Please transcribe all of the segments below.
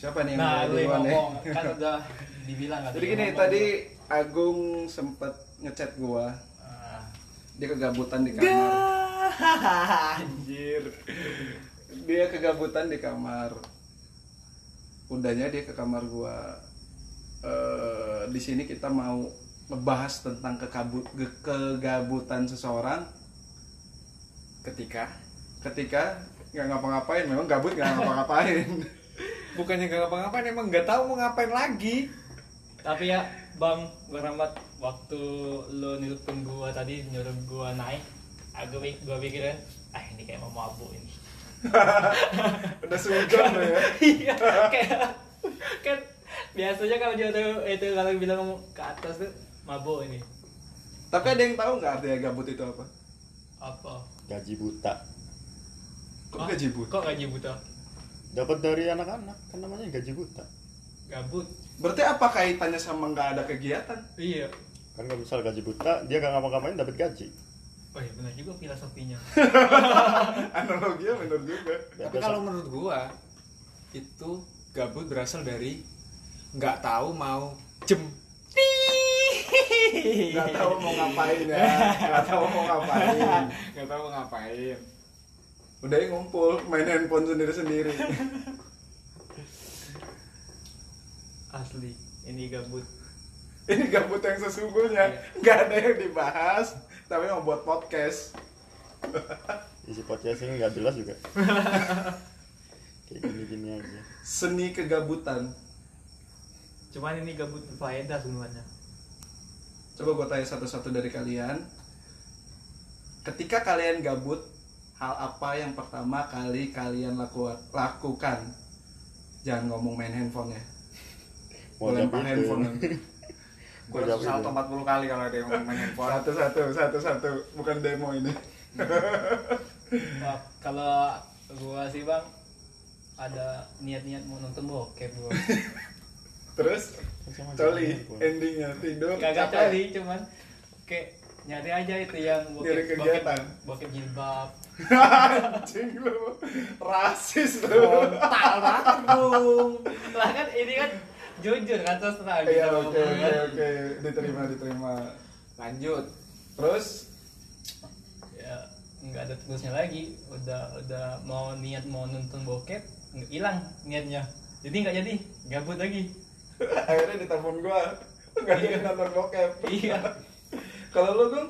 Siapa nih yang nah mulai lu yang duluan ya? ngomong kan udah dibilang kan Jadi gini tadi Agung sempet ngechat gua. Nah. Dia kegabutan di kamar. Anjir. Dia kegabutan di kamar. Udahnya dia ke kamar gua. Eh, di sini kita mau ngebahas tentang kekabut ke- kegabutan seseorang ketika ketika nggak ngapa-ngapain memang gabut nggak ngapa-ngapain bukannya gak ngapa-ngapain emang nggak tahu mau ngapain lagi tapi ya bang gua rambat waktu lu nelpon gua tadi nyuruh gua naik agak baik gua pikirin ah ini kayak mau mabuk ini udah sujud ya iya kayak kan biasanya kalau dia tuh itu kalau bilang mau ke atas tuh mabuk ini tapi ada yang tahu nggak artinya gabut itu apa apa gaji buta kok Hah? gaji buta kok ah? gaji buta dapat dari anak-anak kan namanya gaji buta gabut berarti apa kaitannya sama nggak ada kegiatan iya kan kalau misal gaji buta dia gak ngapa-ngapain dapat gaji oh iya benar juga filosofinya analoginya bener juga Ya, tapi biasa. kalau menurut gua itu gabut berasal dari nggak tahu mau jem nggak tahu mau ngapain ya nggak tahu mau ngapain nggak tahu mau ngapain udah ya ngumpul main handphone sendiri sendiri asli ini gabut ini gabut yang sesungguhnya nggak ada yang dibahas tapi mau buat podcast isi podcast ini nggak jelas juga kayak gini-gini aja seni kegabutan cuman ini gabut berfaedah sebenarnya coba gue tanya satu-satu dari kalian ketika kalian gabut hal apa yang pertama kali kalian laku- lakukan jangan ngomong main handphone ya mau Boleh jawab pakai itu handphone gua Gua jawab susah itu. atau 40 kali kalau ada yang ngomongin handphone satu-satu satu-satu bukan demo ini Wah, kalau gua sih bang ada niat-niat mau nonton bokep gua terus Kan Sama coli jawab handphone. endingnya tidur kagak capek. cari cuman kayak nyari aja itu yang Nyari bokep bokep, kegiatan. bokep jilbab anjing lu rasis Oh, lu frontal banget bung lah kan ini kan jujur kan terus terang iya oke gitu, Bung, oke kan. oke diterima diterima lanjut terus ya nggak ada terusnya lagi udah udah mau niat mau nonton bokep nggak- hilang niatnya jadi nggak jadi gabut lagi akhirnya ditelepon gua nggak jadi nonton bokep iya kalau lu gung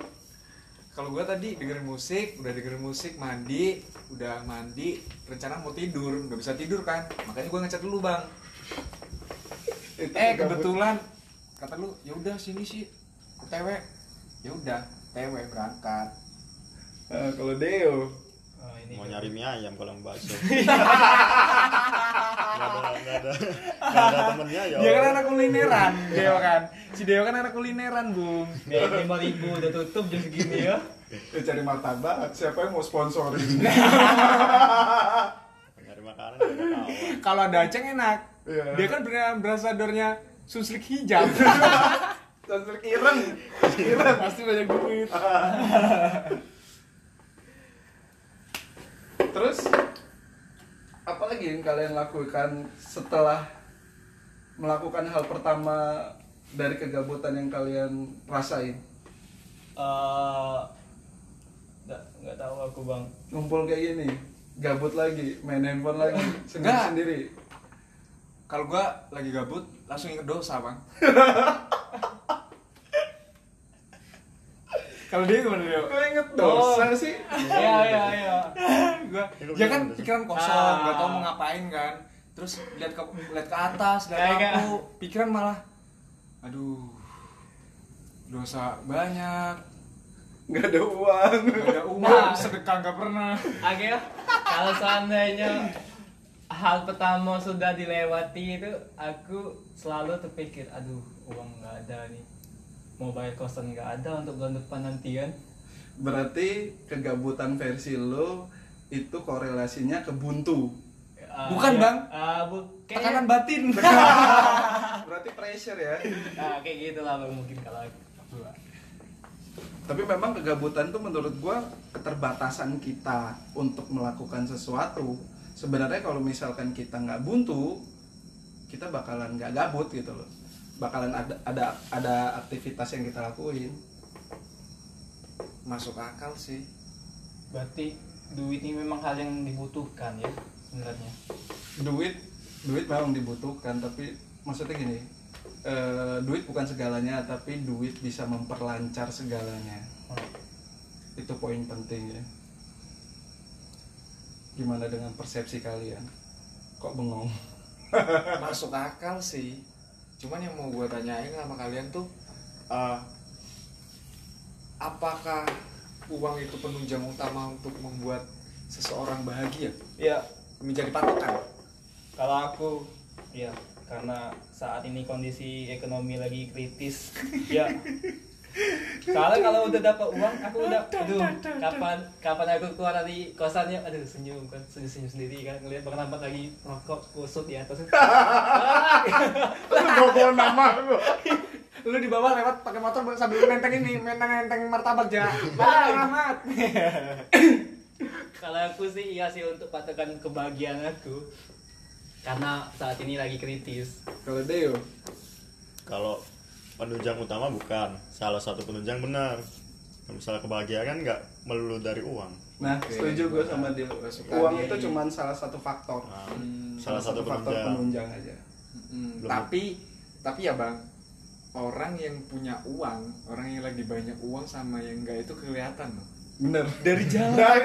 kalau gua tadi dengerin musik udah dengerin musik mandi udah mandi rencana mau tidur nggak bisa tidur kan makanya gua ngechat dulu bang Itu eh gabut. kebetulan kata lu ya udah sini sih otw ya udah otw berangkat Eh, kalau Deo oh, ini mau gabut. nyari mie ayam kalau mau bakso nggak ada nggak ada nggak ada temennya ya dia kan anak kulineran Deo kan si Deo kan anak kulineran bung Nih, lima ribu udah tutup jam segini ya ya cari martabak siapa yang mau sponsorin nyari makanan ya, nggak ada kawan kalau ada aceng enak Iya. dia kan beneran berasadornya suslik hijau sponsor Ireng pasti banyak duit terus apa lagi yang kalian lakukan setelah melakukan hal pertama dari kegabutan yang kalian rasain Eh, nggak nggak tahu aku bang ngumpul kayak gini gabut lagi main handphone lagi sendiri Enggak. sendiri kalau gua lagi gabut langsung inget dosa bang kalau dia gimana Deo gue inget dosa Oh. sih ya ya ya gua Lu dia kan bilang, pikiran kosong Ah. nggak tahu mau ngapain kan terus lihat ke lihat ke atas lihat Kayak- aku pikiran malah aduh dosa banyak nggak ada uang nggak ada uang Nah. sedekah nggak pernah Oke, kalau seandainya hal pertama sudah dilewati itu aku selalu terpikir aduh uang nggak ada nih mau bayar kosan nggak ada untuk bulan depan nanti kan berarti kegabutan versi lo itu korelasinya ke buntu Ah, iya. Bukan, Bang. Ah, bu kayak tekanan batin berarti pressure ya ah, kayak gitu lah Bang, mungkin kalau aku tapi memang kegabutan tuh menurut gua keterbatasan kita untuk melakukan sesuatu sebenarnya kalau misalkan kita nggak buntu kita bakalan nggak gabut gitu loh bakalan ada ada ada aktivitas yang kita lakuin masuk akal sih Berarti duit ini memang hal yang dibutuhkan ya sebenarnya. duit duit memang dibutuhkan tapi maksudnya gini eh, duit bukan segalanya tapi duit bisa memperlancar segalanya Hmm. itu poin penting ya gimana dengan persepsi kalian kok bengong masuk akal sih cuman yang mau gue tanyain sama kalian tuh eh, apakah uang itu penunjang utama untuk membuat seseorang bahagia Iya, menjadi patokan kalau aku ya karena saat ini kondisi ekonomi lagi kritis ya kalau kalau udah dapat uang aku udah aduh kapan kapan aku keluar dari kosannya aduh senyum kan senyum senyum sendiri kan ngeliat bang Rahmat lagi rokok kusut di atas Gokol nama lu. lu di bawah lewat pakai motor sambil nenteng ini nenteng nenteng martabak ja Bang, Rahmat kalau aku sih iya sih untuk patokan kebahagiaan aku karena saat ini lagi kritis kalau Deo Kalau penunjang utama bukan, salah satu penunjang benar. Kalau Misalnya kebahagiaan kan nggak melulu dari uang. nah Oke, setuju gue sama Deo gua suka uang dia itu ini. cuman salah satu faktor Nah, salah satu Hmm, faktor penunjang. penunjang aja Mm, Belum. tapi tapi ya bang orang yang punya uang orang yang lagi banyak uang sama yang enggak itu kelihatan loh bener Nah, dari jalan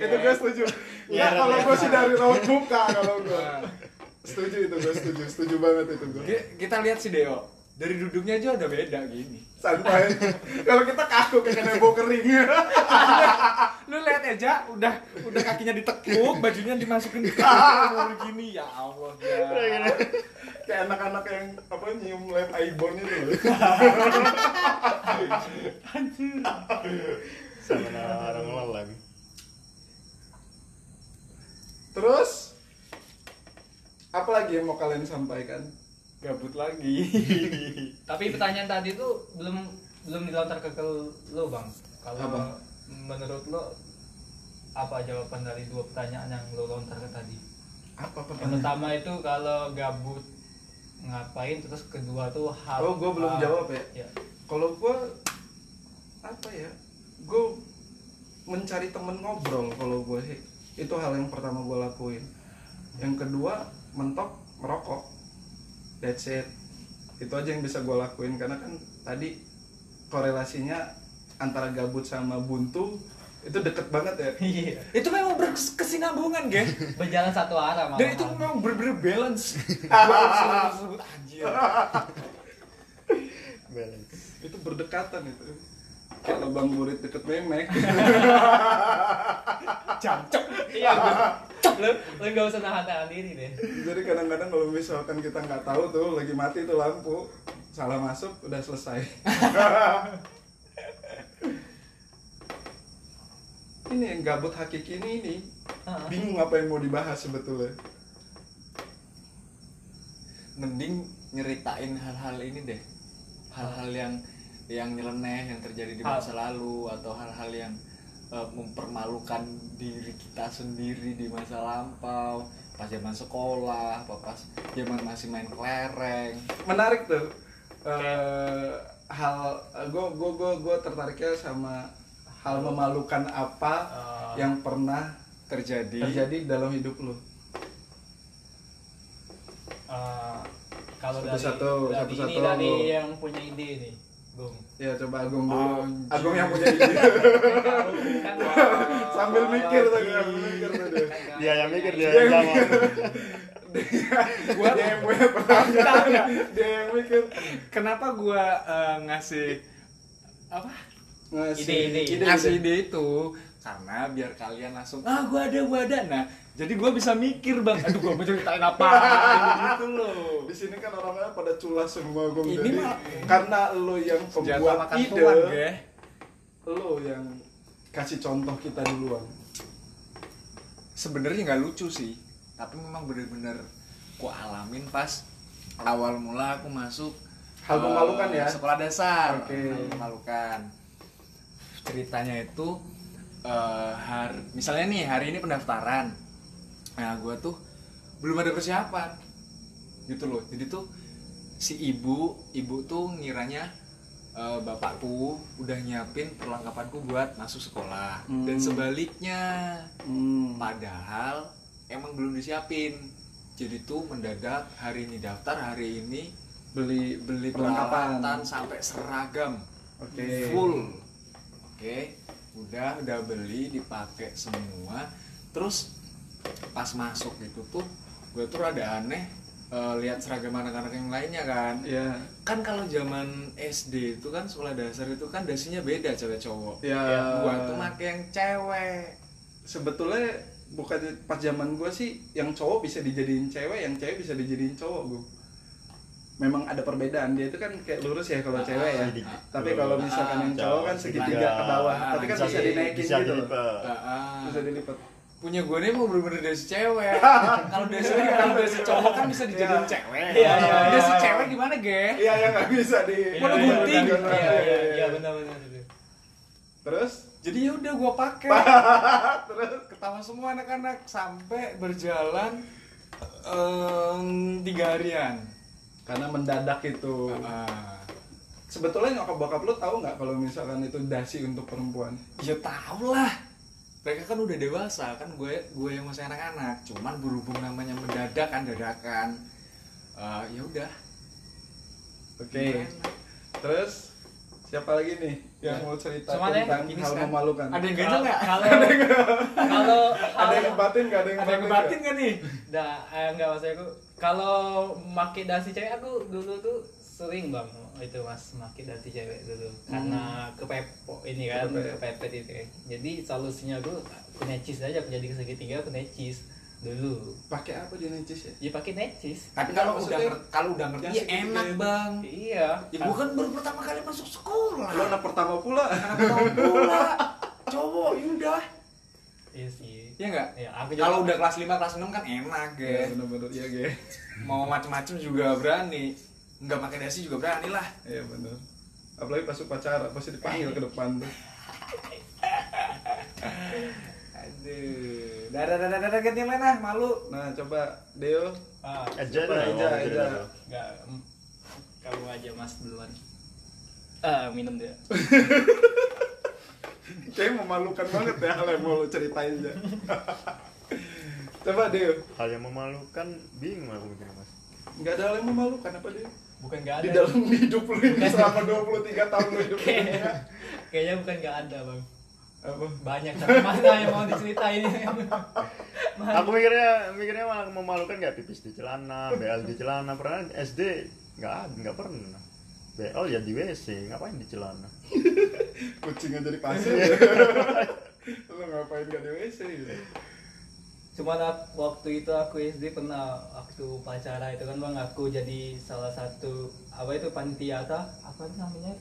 itu gue setuju Iya, Nah, kalau iya. gue sih dari raut muka kalau gue Nah. setuju itu gue setuju setuju banget itu gue Ki- kita lihat si Deo dari duduknya aja udah beda gini santai kalau kita kaku kayak kena bau kering lu lihat aja udah udah kakinya ditekuk bajunya dimasukin ke kamar gini ya Allah ya. kayak anak-anak yang apa nyium lem airborne itu loh. Sama orang leleng. terus apa lagi yang mau kalian sampaikan gabut lagi Iya. Tapi pertanyaan tadi tuh belum belum dilontar ke, ke lo bang. Apa? Kalau menurut lo apa jawaban dari dua pertanyaan yang lo lontarkan tadi? apa Yang pertama itu kalau gabut ngapain, terus kedua tuh hal. Oh, gua belum hal- jawab ya? Iya. kalau gue apa ya gue mencari temen ngobrol kalau gue sih itu hal yang pertama gue lakuin yang kedua mentok merokok that's it itu aja yang bisa gue lakuin karena kan tadi korelasinya antara gabut sama buntu itu deket banget ya Iya. itu memang berkesinambungan geng Berjalan satu arah malah. dan itu memang bener-bener balance balance hal tersebut anjir Balance. itu berdekatan itu kayak lubang murid deket memek jancok Iya. lo lo gak usah nahan nahan diri deh. jadi kadang-kadang kalau misalkan kita nggak tahu tuh lagi mati tuh lampu salah masuk udah selesai ini yang gabut hakiki ini ini Ah. bingung apa yang mau dibahas sebetulnya mending nyeritain hal-hal ini deh hal-hal yang yang nyeleneh yang terjadi di Hal. masa lalu atau hal-hal yang eh, mempermalukan diri kita sendiri di masa lampau pas zaman sekolah apa pas zaman masih main kelereng menarik tuh Eh, hal eh, gue gue gue tertariknya sama hal memalukan apa Ah. yang pernah terjadi terjadi dalam hidup lo Eh, kalau dari, Satu-satu, dari satu-satu. ini dari yang punya ide nih, Bung. ya coba Agung dulu Anjir. Agung yang punya ide Kan, kan, sambil mikir tuh sambil mikir tuh dia. Dia Iya, yang mikir Iya, dia yang jawab. gua dia yang punya pertanyaan dia yang mikir kenapa gua eh, ngasih apa ngasih Ide-ide. ide-ide. ngasih ide itu karena biar kalian langsung ah gua ada gua ada nah jadi gua bisa mikir bang aduh gua mau ceritain apa gitu loh Ah, di sini kan orang-orang pada culas semua gue Ini jadi mah- karena lo yang Senjata pembuat makan ide tuan, ya? Geh. lo yang kasih contoh kita duluan sebenarnya nggak lucu sih tapi memang bener-bener ku alamin pas awal mula aku masuk Hal eh, memalukan ya? sekolah dasar Oke. hal memalukan ceritanya itu eh, har- misalnya nih hari ini pendaftaran nah gue tuh belum ada persiapan gitu loh jadi tuh si ibu ibu tuh ngiranya eh, bapakku udah nyiapin perlengkapanku buat masuk sekolah dan sebaliknya Hmm. padahal emang belum disiapin jadi tuh mendadak hari ini daftar hari ini Beli beli Perlengkapan. peralatan sampai seragam Oke. full oke udah udah beli dipakai semua terus pas masuk gitu tuh gue tuh rada aneh eh, lihat seragam anak-anak yang lainnya kan ya kan kalau zaman SD itu kan sekolah dasar itu kan dasinya beda cewek cowok ya gua tuh make yang cewek sebetulnya bukan pas zaman gue sih yang cowok bisa dijadiin cewek yang cewek bisa dijadiin cowok gue memang ada perbedaan dia itu kan kayak lurus ya kalau cewek ya Sedikit. tapi kalau misalkan yang Ah, cowok kan jauh. segitiga ke bawah tapi kan Bisa bisa di- dinaikin bisa gitu loh. dilipat. Ah, ah. bisa dilipat punya gue nih mau bener-bener dasi cewek kalau dasi kalau dasi cowok kan bisa dijadiin Iya. cewek Iya, iya, iya. dasi cewek gimana ge iya ya nggak bisa di Waduh, Iya, gunting. iya, Iya, Iya, iya, iya. iya, benar benar. benar. terus jadi ya udah gue pakai ketawa semua anak-anak sampai berjalan em, tiga harian karena mendadak itu Ah. sebetulnya nyokap bokap lu tahu nggak kalau misalkan itu dasi untuk perempuan ya tau lah mereka kan udah dewasa kan gue gue yang masih anak-anak cuman berhubung namanya mendadak kan dadakan Eh, ya udah oke Gimana? terus siapa lagi nih yang Ya. mau cerita Cuman ya, tentang gini hal sekarang. memalukan ada yang ganjel Kalau nggak kalau ada yang kalau batin nggak ada yang ada yang nggak? batin nggak nih Nah, eh, enggak maksud aku kalau make dasi cewek aku dulu tuh sering bang itu mas make dasi cewek dulu Hmm. karena kepepo ini kan Kepepet. kepepet itu ya. jadi solusinya aku aku necis aja aku jadi segitiga aku necis dulu pakai apa dia necis ya dia pakai necis tapi Nggak, kalau udah maksudnya nger- kalau udah ngerti yang ya enak segitiga itu. bang iya ya gue kan baru pertama kali masuk sekolah lo anak pertama pula anak tahu bola cowok ya udah iya sih ya nggak Ya, aku juga- kalau udah kelas 5 kelas 6 kan enak ya ya bener-bener iya ge mau macem-macem juga berani nggak pakai dasi juga berani lah iya bener apalagi pas upacara pasti dipanggil ke depan tuh Aduh, dadah dadah dadah ganti yang lain ah, malu. nah coba Deo ah Eja Siapa? dah, Eja, ngomong Eja. dulu. enggak mm, kamu aja mas duluan ah minum dia kayaknya memalukan banget ya hal yang mau lo ceritain aja coba Deo Hal yang memalukan bingung aku mikirnya mas. nggak ada hal yang memalukan apa Deo bukan nggak ada di dalam hidup lu ini selama 23 tahun lu hidup di Kayaknya- dunia. kayaknya bukan nggak ada bang apa banyak tapi mana yang mau diceritain Aku mikirnya mikirnya malah memalukan nggak pipis di celana, BL di celana pernah SD nggak ada, nggak pernah. BL ya di WC, ngapain di celana? kucingnya jadi pasir ya? lu ngapain gak di WC gitu cuman ak- waktu itu aku SD pernah waktu upacara itu kan bang aku jadi salah satu apa itu pantiata apa itu namanya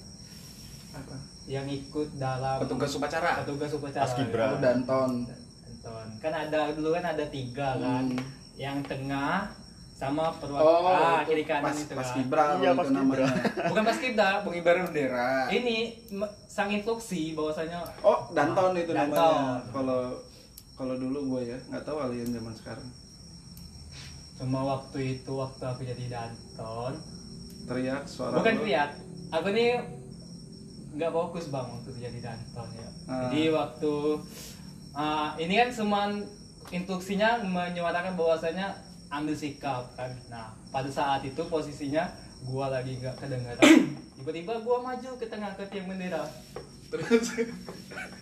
apa yang ikut dalam Petugas upacara. petugas upacara ya. Paskibra. Danton Anton. kan ada dulu kan ada tiga kan Hmm. yang tengah sama perwakilan oh Ah, kiri kanan pas, itu pas kan kibra Iya, itu Paskibra. namanya bukan paskibra Pengibaran bendera. ini me- sang influksi bahwasanya Oh, Danton itu Danton. namanya. Kalau kalau dulu gue ya, nggak tahu kalian zaman sekarang. cuma waktu itu waktu aku jadi danton Teriak suara bukan lu. lihat aku nih nggak fokus bang untuk jadi danton ya Ah. jadi waktu ah, ini kan cuman instruksinya menyuarakan bahwasanya ambil sikap kan nah pada saat itu posisinya gua lagi nggak kedengaran tiba-tiba gua maju ke tengah ke tiang bendera Terus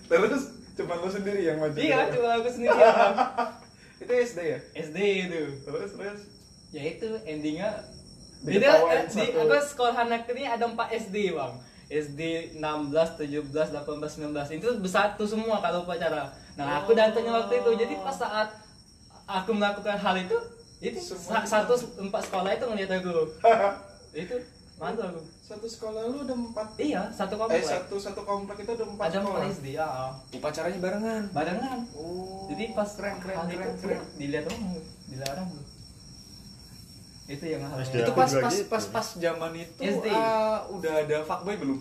terus cuma lu sendiri yang maju. iya cuma aku sendiri Bang. Itu SD ya? SD itu Terus terus ya itu endingnya Dia jadi ketawain eh, di satu. aku sekolah anak ini ada 4 SD bang SD 16, 17, 18, 19 itu bersatu semua kalau upacara nah Oh. aku datangnya waktu itu jadi pas saat aku melakukan hal itu itu Semua sa- satu empat sekolah itu ngeliat aku itu mantul aku satu sekolah lu ada empat iya satu eh komplek satu satu komplek itu ada empat ada sekolah. empat SD ya Upacaranya barengan. barengan Oh. jadi pas keren keren hal keren itu keren. dilihat orang dilarang itu yang hal SD. itu aku pas juga pas gitu. pas pas zaman itu SD. ah, udah ada fuckboy belum?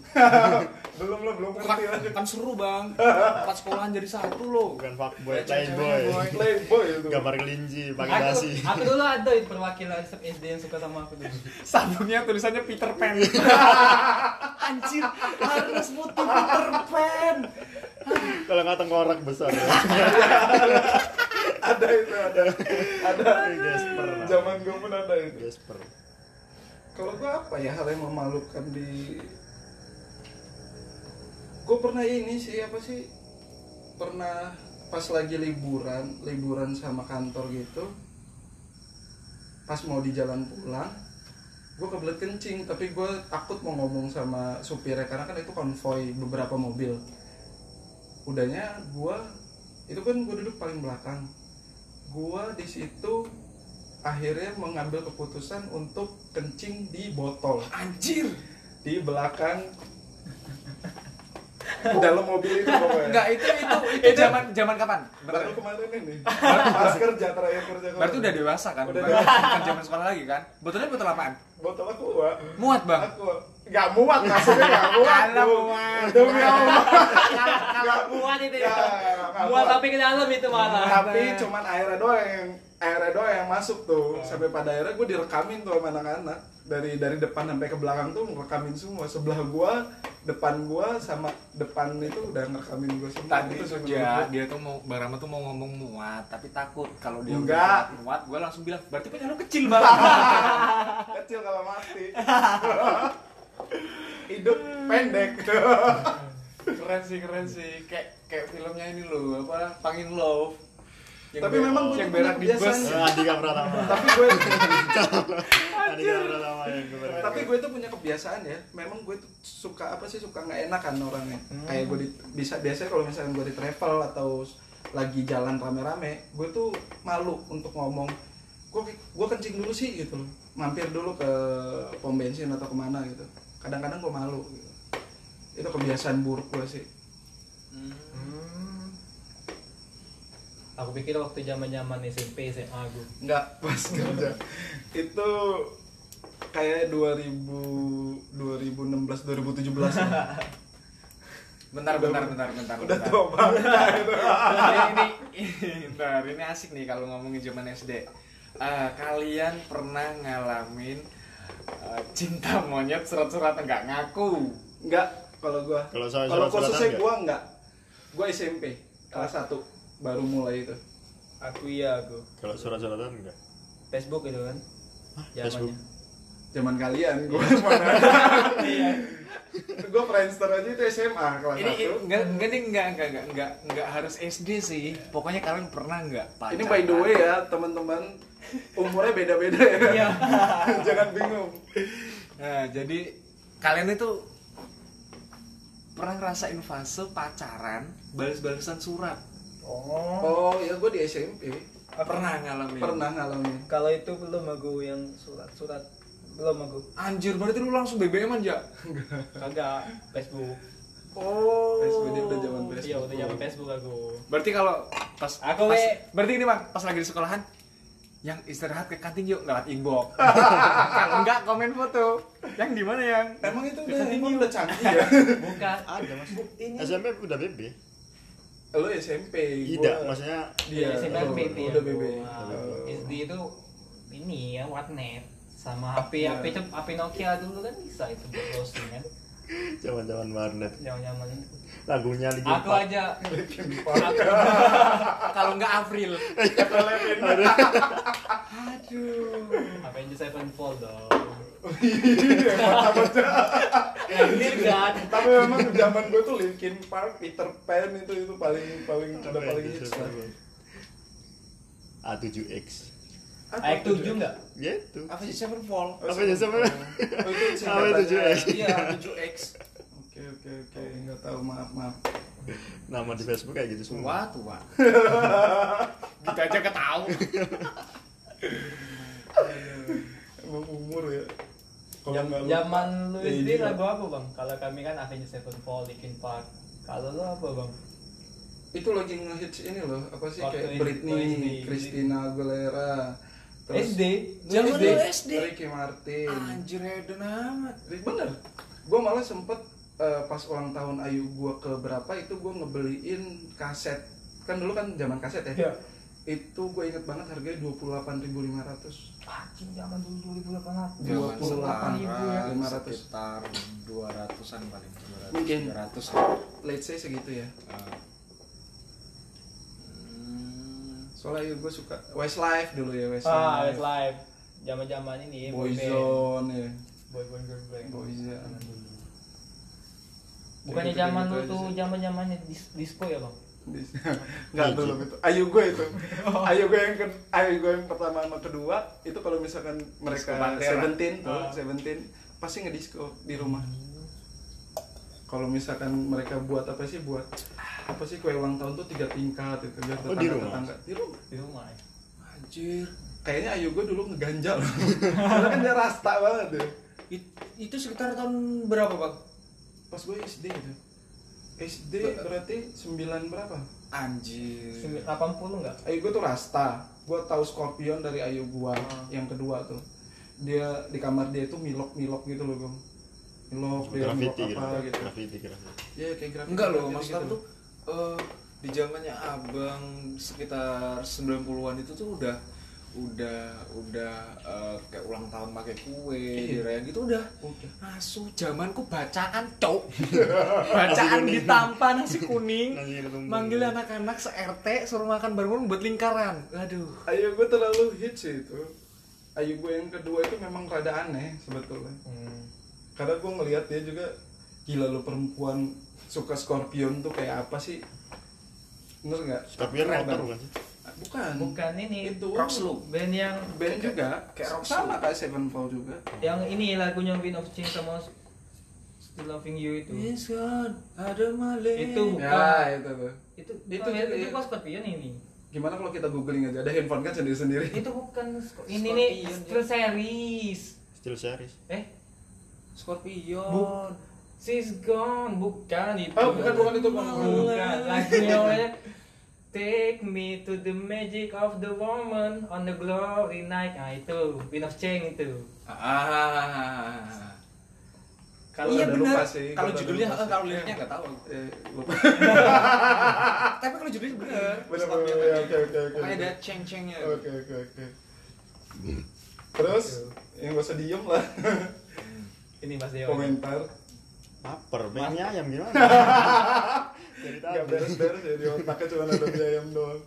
belum belum belum Bukan, ngerti lah bukan kan seru bang. Empat sekolahan jadi satu loh. bukan fuckboy Ya, playboy cewek-cewek boy. playboy itu gambar kelinci pakai aku, dasi aku dulu ada itu perwakilan sub SD yang suka sama aku dulu Sabunnya tulisannya Peter Pan. Anjir, harus butuh Peter Pan. kalau nggak tengkorak besar ya ada itu ada ada Gasper zaman gue pun ada itu Gasper kalau gue apa ya hal yang memalukan di gue pernah ini sih apa sih pernah pas lagi liburan liburan sama kantor gitu pas mau di jalan pulang gue kebelet kencing tapi gue takut mau ngomong sama supirnya karena kan itu konvoy beberapa mobil udahnya gue itu kan gue duduk paling belakang gue di situ akhirnya mengambil keputusan untuk kencing di botol Anjir. di belakang dalam mobil itu pokoknya Enggak itu itu itu zaman zaman kapan? baru kemarin ini pas kerja terakhir kerja kemarin. Berarti udah dewasa kan? Udah Bukan bukan zaman sekolah lagi kan? Botolnya botol apaan? botol aku Wak. Muat bang. aku nggak muat maksudnya nggak muat Kalah Bu. muat. demi allah kalau muat itu Ya, ya nggak muat muat. tapi ke dalam itu malah tapi cuman airnya doang yang airnya doang yang masuk tuh sampai pada akhirnya gue direkamin tuh sama anak-anak dari dari depan sampai ke belakang tuh ngerekamin semua sebelah gua depan gua sama depan itu udah ngerekamin gua semua Tadi Itu tuh sebelum dia gua- dia tuh mau Bang Rama tuh mau ngomong muat tapi takut kalau dia Enggak. udah muat gue langsung bilang berarti punya lu kecil banget. kecil kalau mati hidup pendek keren sih keren sih kayak kayak filmnya ini loh apa Pangin Love Tapi memang gua yang tuh punya berak di bus kebiasaan. Eh, Andika Pratama tapi gue Andika Pratama yang gue tapi gue tuh punya kebiasaan ya memang gue tuh suka apa sih suka nggak enakan orangnya Hmm. kayak gue di- bisa biasanya kalau misalkan gue di travel atau s- lagi jalan rame-rame gue tuh malu untuk ngomong gue gue kencing dulu sih gitu loh mampir dulu ke pom bensin atau kemana gitu kadang-kadang gue malu gitu. itu kebiasaan buruk gue sih Hmm. aku pikir waktu zaman zaman SMP SMA aku nggak pas kerja itu kayak 2000 2016 2017 ya. bentar bentar bentar bentar udah bentar. tua banget ini, ini, bentar, ini asik nih kalau ngomongin zaman SD. Ah, kalian pernah ngalamin eh, cinta monyet surat-suratan nggak ngaku? Enggak, kalau gua. Kalau soal Kalau surat-suratan khususnya enggak? gua enggak. Gua SMP kelas 1 baru mulai itu. aku iya aku kalau surat-suratan enggak Facebook gitu kan Facebook. zamannya Zaman Iya, kalian gua mana. gua Friendster aja itu SMA kelas Ini, ini 1. enggak enggak nih enggak enggak enggak enggak enggak harus SD sih. Pokoknya kalian pernah nggak pacaran? Ini by the way ya, teman-teman umurnya beda-beda ya. Iya. Jangan bingung. Nah, jadi kalian itu pernah ngerasain fase pacaran balas-balasan surat? Oh, oh ya gua di SMP Pernah ngalamin? pernah ngalamin. kalau itu belum aku yang surat surat belum aku Anjir, berarti lu langsung BBM aja. kagak Facebook Oh. Facebook dia udah zaman iya Facebook. udah zaman Facebook aku Berarti kalau pas Aku pas- we- berarti ini bang pas lagi di sekolahan yang istirahat ke kantin yuk lewat inbox. kalau enggak komen foto. Yang di mana yang? Emang itu udah ini udah canggih ya. bukan ada mas ini SMP udah BB Lu SMP. gua- tidak maksudnya Dia SMP oh, BB ya. Udah BB. Wow. Oh. SD itu ini ya warnet sama HP Iya. HP cep- HP Nokia dulu kan bisa itu buat browsing kan zaman-zaman warnet zaman zaman ini lagunya lagi aku aja Kalau enggak April. Aduh. HP Seven Fold dong kan? tapi memang zaman gue tuh Linkin Park, Peter Pan itu itu paling paling udah paling hits lah. A7X Ayak tujuh nggak? gitu Apa sih Sevenfold? Oh, apa ya sama Oh, itu Apa singkatannya. itu, Jun? Iya, 7X. Oke oke oke nggak tahu maaf maaf. nama di Facebook kayak gitu semua Tua tua. Kita aja ketahu. Emang umur ya. Kalau Jam- nggak lu- Zaman lu Ya, SD iya. lagu apa bang? Kalau kami kan Avenged Sevenfold, Linkin Park kalau lu apa bang? itu lagi ngehits ini loh apa sih Waktu kayak itu, Britney, Eh, itu ini. Christina Aguilera, Terus- SD lu Zaman SD dulu SD. Ah. Ricky Martin Anjir Eden amat. Rick, bener gue malah sempet eh, pas ulang tahun Ayu gue ke berapa itu gue ngebeliin kaset kan dulu kan zaman kaset ya Iya. itu gue inget banget harganya dua puluh delapan ribu lima ratus anjing zaman dulu 2008 Zaman 28.000 ya, 500. sekitar 200-an paling 200 Mungkin. 300 let's say segitu ya Eh, hmm, soalnya Ayu gue suka Westlife dulu ya ah Westlife, live zaman zaman ini boyband. Boyzone ya boy boy girl band Boyzone bukannya Kayak gitu, zaman lu kayak gitu tuh aja sih. zaman zamannya dis- disco ya bang Iya, Enggak belum itu. Ayu gue itu. Oh. Ayu gue yang ke- ayu gue yang pertama sama kedua itu kalau misalkan mereka Disco Pantera. Oh. Seventeen tuh, Ah. Seventeen pasti ngedisco di rumah. Kalau misalkan mereka buat apa sih buat apa sih kue ulang tahun tuh tiga tingkat itu biar Oh, di tetangga rumah? tetangga di rumah. di rumah ya Iya. anjir Kayaknya ayu gue dulu ngeganja loh. Karena kan dia rasta banget deh. It- itu sekitar tahun berapa bang? Pas gue SD itu. SD gitu. berarti sembilan berapa? Anjir. 80 enggak Ayu gue tuh Rasta. Gue tahu Scorpion dari Ayu gua yang kedua tuh. Dia di kamar dia itu milok-milok gitu loh, Gong. Milok dia milok graffiti gitu apa gitu. graffiti graffiti Ya kayak grafiti. Enggak loh, grafiti maksudnya gitu. tuh eh, di zamannya Abang sekitar 90-an itu tuh udah udah udah eh, kayak ulang tahun pakai kue dirayain gitu udah Udah. asu zamanku bacaan cok bacaan kuning. ditampa nasi kuning Nasi kuning. manggil anak-anak se RT suruh makan bareng buat lingkaran aduh Ayu gue terlalu hits sih itu. Ayu gue yang kedua itu memang rada aneh sebetulnya. Karena gue ngelihat dia juga gila lo perempuan suka Scorpion tuh kayak apa sih? Bener nggak? Scorpion Keren, rapper Bang. bukan sih? Bukan. bukan ini Itu Rock Sloop. band yang band juga kayak rock sama kayak Sevenfold juga. yang ini lagunya Wind of Change sama Still Loving You itu Yes, God, ada malin. Itu bukan. Ya itu tuh. itu Itu- ya. itu itu, itu- pas Scorpion ini Gimana kalau kita googling aja ada handphone kan sendiri-sendiri. itu bukan Sco- ini nih Scorpion, Steel Series still series eh Scorpion. Buk- She's gone bukan itu Oh, bukan, bukan itu, bukan, bukan. bukan lagunya namanya Take me to the magic of the woman on the glory night nah itu Wind of Change itu Ah. Kalau iya ada benar. lupa sih, Kalau kalau judulnya, ada lupa eh, kalau sih. liriknya nggak tahu. Eh, lupa. Ah, tapi kalau judulnya benar. Bener, bener, bener. Ya, Oke, oke, oke. Pokoknya ada ceng-cengnya. Oke, oke, oke. Terus yang gak usah diem lah ini Mas iya. Dewa komentar lapar pengennya ayam gimana cerita nggak beres-beres ya di otaknya cuma ada mie ayam doang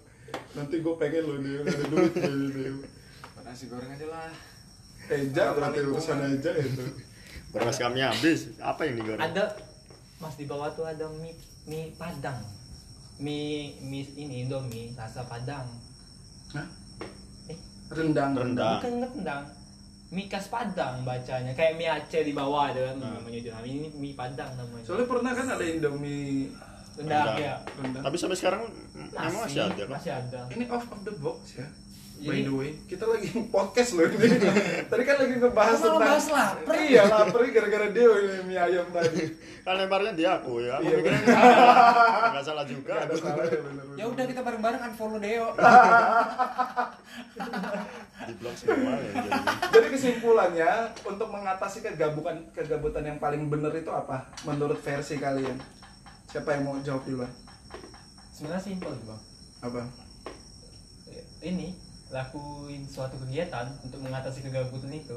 nanti gue pengen lo nih nggak ada duit ya nih Nasi goreng aja lah. Eja berarti urusan aja itu beras kami habis apa yang digoreng ada Mas di bawah tuh ada mie mie Padang mie mie ini Indomie rasa Padang Hah? Eh. rendang Rendang. bukan rendang mie khas Padang bacanya kayak mie Aceh di bawah ada kan namanya Indomie. ini mie Padang namanya soalnya pernah kan ada Indomie rendang Rendang. ya rendang tapi sampai sekarang mm, emang masih ada kan masih ada Ini off of the box ya. By Iya. Ini- the way, kita lagi podcast loh ini. Tadi kan lagi ngebahas Malah tentang bahas lapar. Iya, lapar gara-gara dia ini mie ayam tadi. kan lemparnya dia aku ya aku Iya, mikirnya nggak salah. nggak salah juga Gak ada salah ya Ya udah kita bareng-bareng unfollow Deo. di blog semua ya jadi. Jadi kesimpulannya untuk mengatasi kegabukan kegabutan yang paling bener itu apa menurut versi kalian? Siapa yang mau jawab duluan? sebenarnya simpel sih, bang Apa? Eh, ini lakuin suatu kegiatan untuk mengatasi kegabutan itu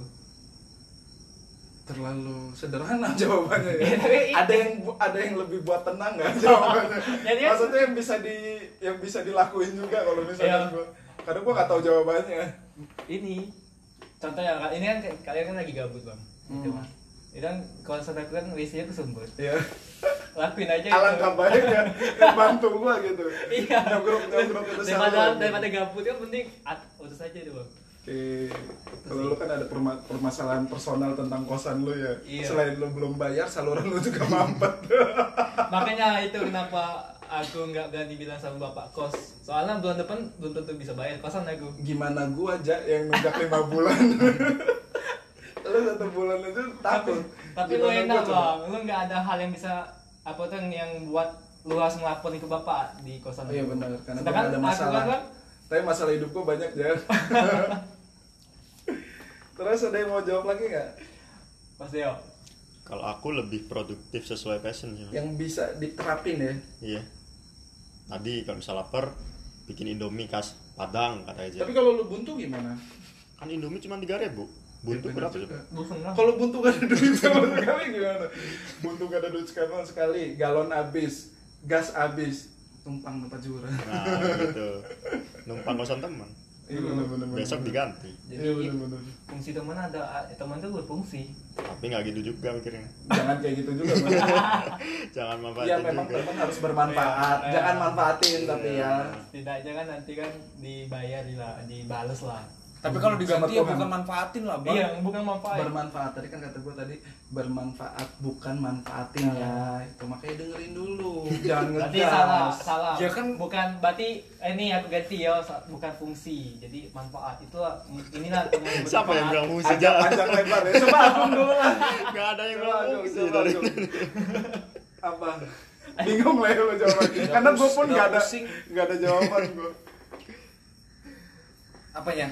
Terlalu sederhana jawabannya Iya, tapi- ya. ada yang bu- ada yang lebih buat tenang nggak jawabannya? Jadi kan- Maksudnya yang bisa di yang bisa dilakuin juga kalau misalnya Iya. gua karena gua nggak tahu jawabannya. Iya. ini contohnya kan- ini kan ke- kalian kan lagi gabut bang Hmm. gitu Bang. itu kan kalau saya kan WC-nya ke sumber Iya. lakuin aja gitu. Alangkah baiknya bantu gua gitu. iya Nongkrong nongkrong itu gitu. daripada daripada gabut kan penting at- urus aja deh bang Oke. Kalau lu kan ada perma- permasalahan personal tentang kosan lu ya. Iya. Selain lu belum bayar, saluran lu juga mampet. makanya itu kenapa aku nggak berani bilang sama bapak kos soalnya bulan depan belum tentu bisa bayar kosan aku Gimana gua aja yang nunjak lima bulan. lu satu bulan aja takut. tapi Gimana lu gua enak coba? bang lu nggak ada hal yang bisa apa tuh yang- yang buat lu harus ngelaporin ke bapak di kosan Oh iya lu. benar, karena kan? gua Sedangkan kan, ada aku masalah. kan, Bang, Tapi masalah hidup gua banyak ya. Terus ada yang mau jawab lagi nggak? Mas Deo. Kalau aku lebih produktif sesuai passion sih. Mas. Yang bisa diterapin ya? Iya. Tadi kalau misal lapar bikin Indomie khas Padang kata aja. Tapi kalau lu buntu gimana? Kan Indomie cuma 3000. Buntu Ya, bener berapa juga. coba? Bukan lah. Kalau buntu kan gak ada duit sama sekali gimana? Buntu gak ada duit sama sekali, galon habis, gas habis, tumpang tempat jurang. Nah, gitu. Numpang kosan teman. Iya bener bener. bener. Besok diganti. Iya bener bener. Fungsi teman ada teman tuh berfungsi. Tapi nggak gitu juga mikirnya. Jangan kayak gitu juga. Bang. Jangan Iya manfaatin memang juga. teman harus bermanfaat. Iya, iya. Jangan manfaatin tapi ya. Setidaknya kan nanti kan dibayar lah, dibales lah. Tapi kalau diganti Sama ya Tuhan. bukan manfaatin lah, Oh, Bang. Iya, bukan manfaat. Bermanfaat. Tadi kan kata gue tadi bermanfaat bukan manfaatin Iya. ya. Itu makanya dengerin dulu. Jangan Berarti salah, ngegas. Iya salah. Ya kan- bukan berarti eh, ini aku ganti ya, sa- bukan fungsi. Jadi manfaat itu inilah teman Siapa yang bilang bermanfaat. fungsi Ajak jalan? panjang lebar ya. Coba abang dulu lah. Nggak ada yang Coba bilang Abang, fungsi coba dari Abang. iya. Abang. Bingung lah ya lo jawabannya. Udah Karena gue pun pusing, gak udah ada pusing. gak ada jawaban gue. Apanya?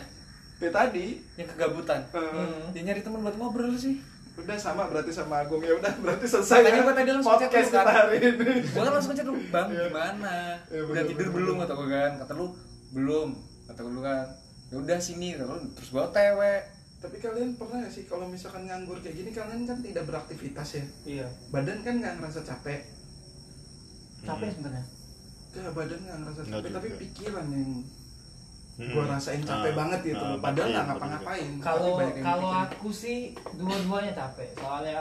Ya tadi Yang kegabutan. eh, Hmm. Ya nyari teman buat ngobrol sih. udah sama berarti sama Agung ya udah berarti selesai Makanya ya gua tadi langsung chat podcast lu kan. kita hari ini. Gua kan langsung ngechat lu, "Bang, gimana? Iya, bener, Udah tidur bener, belum?" kata gua kan. Kata lu, "Belum." Kata lu kan. Ya udah sini, kata lu. Terus gua OTW. Tapi kalian pernah gak sih kalau misalkan nganggur kayak gini kalian kan tidak beraktivitas ya? Iya. Badan kan nggak ngerasa capek. Capek Hmm. sebenarnya. Gak, badan nggak ngerasa Nggak capek, tapi juga. pikiran yang Mm-mm. gua rasain capek Nah, banget gitu. nah, Padahal batin, nggak batin juga. ngapa-ngapain. tapi kalau banyak yang kalau mikirin. aku sih dua-duanya capek soalnya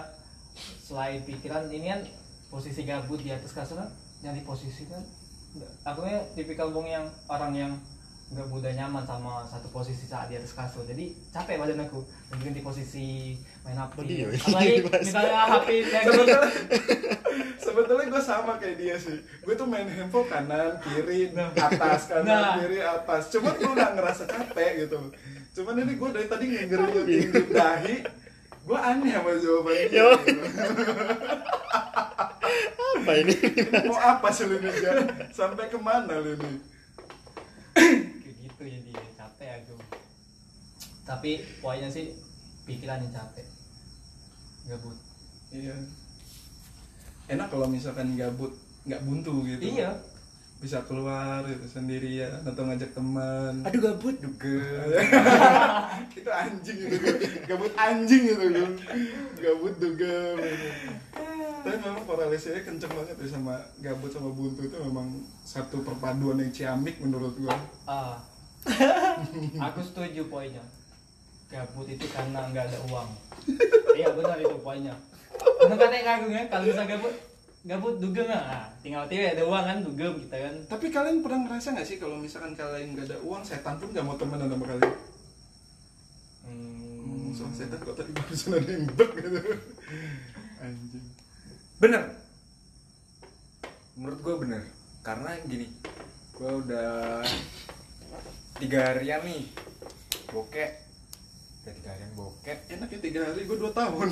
selain pikiran ini kan posisi gabut di atas kasur kan yang di posisi kan aku nya tipikal bong yang orang yang nggak mudah nyaman sama satu posisi saat di atas kasur jadi capek badan aku mungkin di posisi main Oh, HP iya, dia. apalagi misalnya HP yang kan. sebetulnya sebetulnya gue sama kayak dia sih gue tuh main handphone kanan kiri Nah. atas kanan Nah. kiri atas cuman gue nggak ngerasa capek gitu cuman ini gue dari tadi gitu? ngeringetin di dahi gue aneh sama jawabannya Yo. gitu. Apa ini? Ini mau apa sih lu ini Jan? sampai kemana lu ini kayak gitu jadi capek aku tapi poinnya sih pikiran yang capek gabut iya enak kalau misalkan gabut nggak buntu gitu iya bisa keluar gitu sendirian atau ngajak teman Aduh gabut juga. itu anjing itu gabut anjing itu dong gabut dugem tapi memang korelasinya kenceng banget ya sama gabut sama buntu itu memang satu perpaduan yang ciamik menurut gua Ah, aku setuju poinnya. Gabut itu karena nggak ada uang. iya benar itu poinnya. Benar kata yang agung ya, kalau bisa gabut, gabut dugem ya. Nah, tinggal tiba ada uang kan dugem kita kan. tapi kalian pernah ngerasa nggak sih kalau misalkan kalian gak ada uang setan pun gak mau temenan sama kalian Hmm, ngomong soal setan kok tadi barusan ada yang bek gitu anjing Bener. Menurut gue bener. Karena gini, gue udah tiga harian nih bokek. Udah tiga harian bokek. enak ya tiga hari gua dua tahun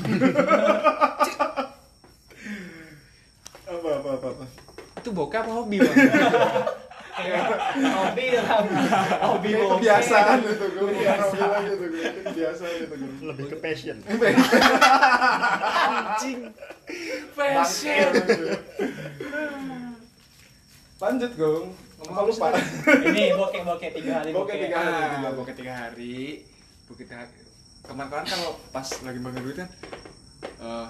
apa apa apa, apa. Itu bokek apa hobi bang? hobi lah, hobi Kayak bokeh. kebiasaan gitu gue biasa gitu gue kebiasaan gitu gue Lebih ke passion. Bangke, gitu. lanjut gong apa lupa Ini bokeh bokeh tiga hari Bokeh bokeh. tiga hari. Ah, bokek tiga hari. Bokek tiga hari. Kemarin-kemarin kalau pas lagi bangun duit kan, eh,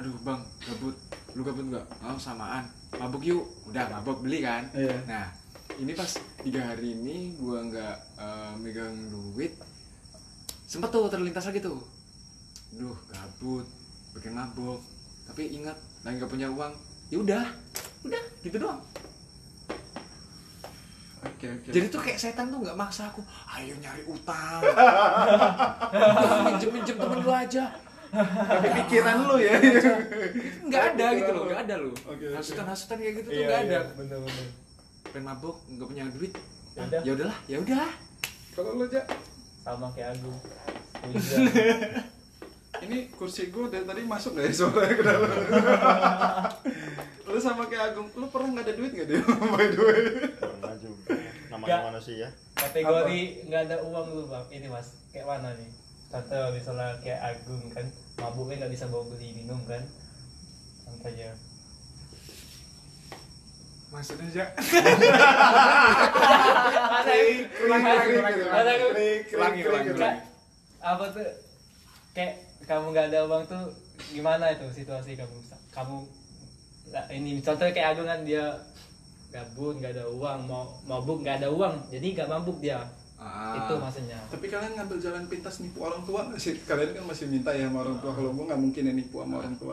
aduh bang gabut, lu gabut nggak? Oh samaan, mabuk yuk, udah mabuk beli kan? Iya. Nah ini pas tiga hari ini gua nggak eh, megang duit, sempet tuh terlintas lagi tuh, duh gabut, bikin mabuk, tapi ingat lagi nggak punya uang, ya udah, udah gitu doang. oke oke Jadi tuh kayak setan tuh nggak maksa aku, ayo nyari utang. minjem minjem temen lu aja. tapi pikiran lu ya Nggak ada gitu loh, nggak ada loh. Oke, oke. hasutan hasutan kayak gitu tuh Iya, nggak ada. iya, bener bener Pengen mabuk, nggak punya duit. Ya udah. Ya udahlah, ya udah. kalau lu ja Sama kayak aku. ini kursi gue dari tadi masuk gak ya suaranya ke dalam lu sama kayak Agung lu pernah gak ada duit gak dia by the way Pernah juga. Nama namanya Nggak. manusia kategori nggak ada uang lu bang ini mas kayak mana nih contoh misalnya kayak Agung kan mabuknya nggak bisa bawa beli minum kan contohnya maksudnya aja masa ini ulangi, ulangi, ulangi, masa aku- ulangi, ulangi, ulangi. apa tuh kayak kamu nggak ada uang tuh gimana itu situasi kamu kamu lah, ini contoh kayak Agung kan dia gabut nggak ada uang mau mabuk nggak ada uang jadi nggak mabuk dia Ah. itu maksudnya Tapi kalian ngambil jalan pintas nipu orang tua nggak sih? Kalian kan masih minta ya sama orang tua kalau gua nggak mungkin ya nipu sama orang tua.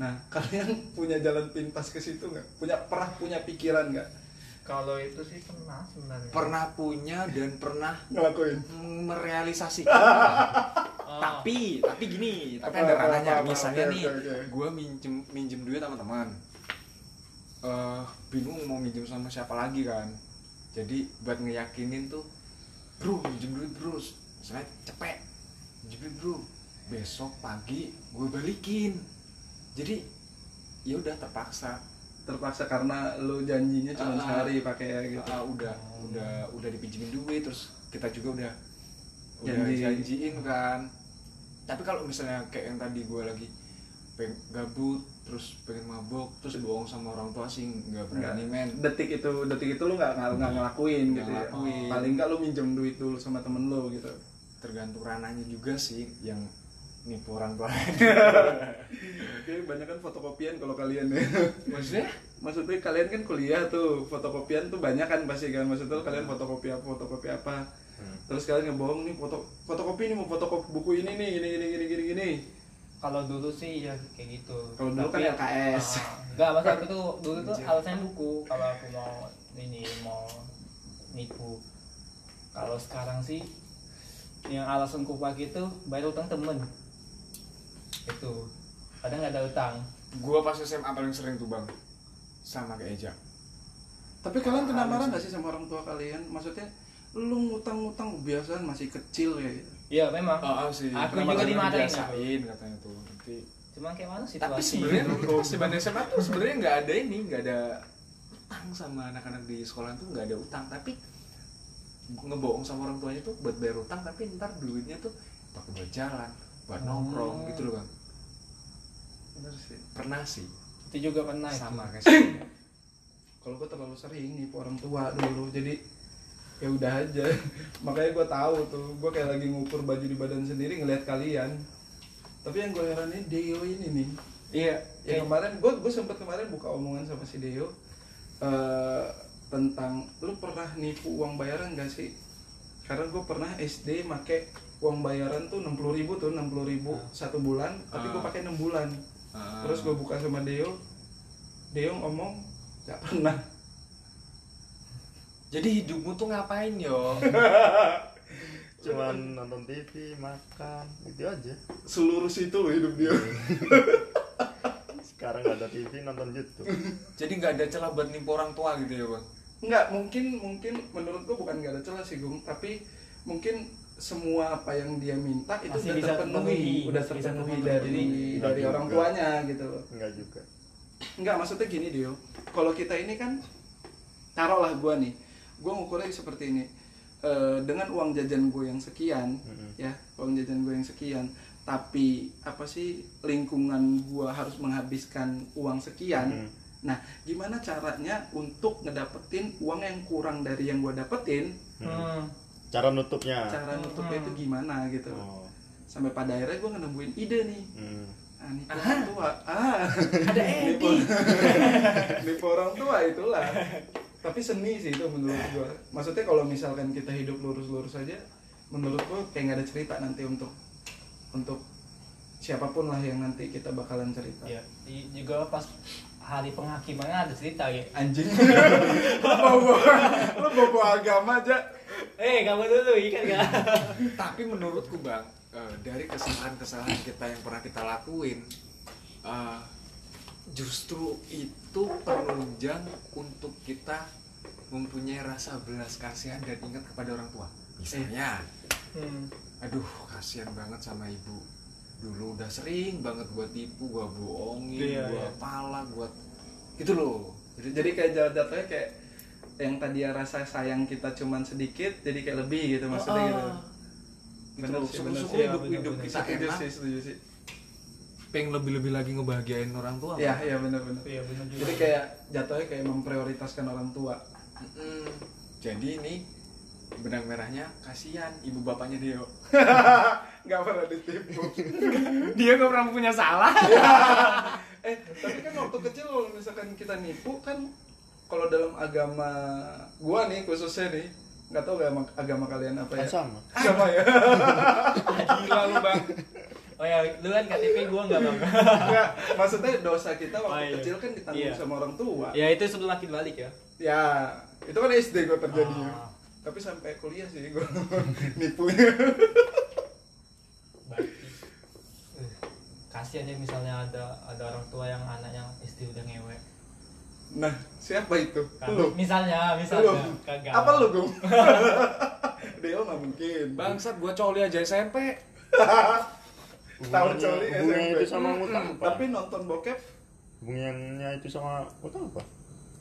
Nah, kalian punya jalan pintas ke situ nggak? Punya pernah punya pikiran nggak Kalau itu sih pernah sebenarnya. pernah punya dan pernah ngelakuin? merealisasikan Oh. tapi tapi gini tapi Apa, ada apa, ranahnya apa, apa, misalnya oke, nih oke, oke. gue minjem minjem duit sama teman Eh, bingung mau minjem sama siapa lagi kan jadi buat ngeyakinin tuh bro minjem duit bro misalnya cepet minjem duit bro besok pagi gue balikin jadi ya udah terpaksa Terpaksa karena lu janjinya cuma Ah, ah. sehari pakai ya gitu. Ah, udah udah udah dipinjemin duit terus kita juga udah Janji. udah janjiin kan tapi kalau misalnya kayak yang tadi gue lagi peng gabut terus pengen mabuk terus bohong sama orang tua sih nggak berani men detik itu detik itu lu nggak nggak nggak ngelakuin Nggak gitu ya. ngelakuin. paling nggak lu minjem duit dulu sama temen lu gitu tergantung ranahnya juga sih yang nipu orang tua oke banyak kan fotokopian kalau kalian ya maksudnya maksudnya kalian kan kuliah tuh fotokopian tuh banyak kan pasti kan maksudnya lu Hmm. kalian fotokopi apa fotokopi apa terus kalian ngebohong nih foto fotokopi ini mau fotokopi buku ini nih gini gini gini gini gini kalau dulu sih ya kayak gitu Kalau dulu Tapi- kan LKS. Ah, enggak masa aku tuh dulu tuh alasannya buku kalau aku mau ini mau nipu kalau sekarang sih yang alasan ku pakai itu bayar utang temen itu kadang nggak ada utang gue pas SMA paling sering tuh bang sama kayak Eja tapi kalian kena marah nggak sih sama orang tua kalian maksudnya lu ngutang-ngutang kebiasaan masih kecil ya gitu. iya memang Ah, ah, sih aku Kenapa juga kalian dimarahin aku. biasain katanya tuh nanti cuman kayak mana situasi tapi sebenarnya pas di Bandung SMA tuh sebenarnya nggak ada ini nggak ada utang sama anak-anak di sekolah tuh nggak ada utang tapi ngebohong sama orang tuanya tuh buat bayar utang tapi ntar duitnya tuh pakai buat jalan buat nongkrong gitu loh bang bener sih pernah sih itu juga pernah itu. sama kayak sih. kalau gue terlalu sering nipu orang tua dulu jadi ya udah aja makanya gue tahu tuh gue kayak lagi ngukur baju di badan sendiri ngeliat kalian tapi yang gue heranin Deo ini nih iya ya kemarin gue gue sempet kemarin buka omongan sama si Deo eh, tentang lu pernah nipu uang bayaran gak sih karena gue pernah SD make uang bayaran tuh 60.000 ribu tuh 60.000 ribu satu bulan tapi gue Ah. pakai enam bulan Ah. terus gue buka sama Deo Deo ngomong gak pernah jadi hidupmu tuh ngapain yo cuman nonton TV makan itu aja seluruh situ loh hidup dia sekarang nggak ada TV nonton YouTube jadi nggak ada celah buat nipu orang tua gitu ya bang nggak mungkin mungkin menurut gua bukan nggak ada celah sih Gung tapi mungkin semua apa yang dia minta itu Masih udah bisa terpenuhi terpenuhi, udah masih bisa terpenuhi terpenuhi. dari Nggak dari juga. orang tuanya gitu loh nggak juga nggak maksudnya gini Dio kalau kita ini kan taruhlah gua nih gua ngukurnya seperti ini Eh, dengan uang jajan gue yang sekian ya uang jajan gue yang sekian tapi apa sih lingkungan gua harus menghabiskan uang sekian nah gimana caranya untuk ngedapetin uang yang kurang dari yang gua dapetin Oh. Hmm. cara nutupnya cara nutupnya itu gimana gitu Nah. oh. sampai pada akhirnya gua nemuin ide nih hmm. ah nipu orang tua ah ada Edi nipu orang tua itulah tapi seni sih itu menurut gua maksudnya kalau misalkan kita hidup lurus-lurus aja menurut gua kayak nggak ada cerita nanti untuk untuk siapapun lah yang nanti kita bakalan cerita Iya. Di- juga pas hari penghakimannya ada cerita ya anjing lo bobo lo bobo agama aja eh kamu dulu ikan gak tapi menurutku bang eh, dari kesalahan-kesalahan kita yang pernah kita lakuin eh, justru itu penunjang untuk kita mempunyai rasa belas kasihan dan ingat kepada orang tua misalnya Hmm. aduh kasihan banget sama ibu dulu udah sering banget gua tipu gua bohongin Iya, iya. gua pala gua gitu loh jadi kayak jatuh- jatuhnya kayak yang tadi ya rasa sayang kita cuman sedikit jadi kayak lebih gitu maksudnya gitu. Bener sih, Gitu, bener syukur-syukur sih. hidup- hidup kita Setuju enak. sih, setuju sih. pengen lebih-lebih lagi ngebahagiain orang tua Iya, iya benar-benar. ya Iya benar juga. Jadi kayak jatuhnya kayak memprioritaskan orang tua. Mm-mm. jadi ini benang merahnya kasihan ibu bapaknya Deo Gak pernah ditipu. dia gak pernah punya salah eh, tapi kan waktu kecil kalau misalkan kita nipu kan kalau dalam agama gua nih khususnya nih nggak tahu agama, agama kalian apa ya Kan sama. sama ya gila lu bang Oh ya, lu kan KTP gua enggak bang. Nggak, maksudnya dosa kita waktu Oh, iya. kecil kan ditanggung Iya. sama orang tua ya itu sebelum laki balik ya. ya itu kan SD gua terjadinya Ah. tapi sampai kuliah sih gua nipunya Baik. Eh, Kasihan ya misalnya ada ada orang tua yang anaknya SD udah ngewek. nah siapa itu Kan, lu misalnya, lu misalnya kagak. apa lu gum Deo nggak mungkin bangsat gua coli aja SMP tahun Hubungannya- coli hubungannya SMP itu sama utang apa? Hmm, tapi nonton bokep Hubungannya itu sama utang apa?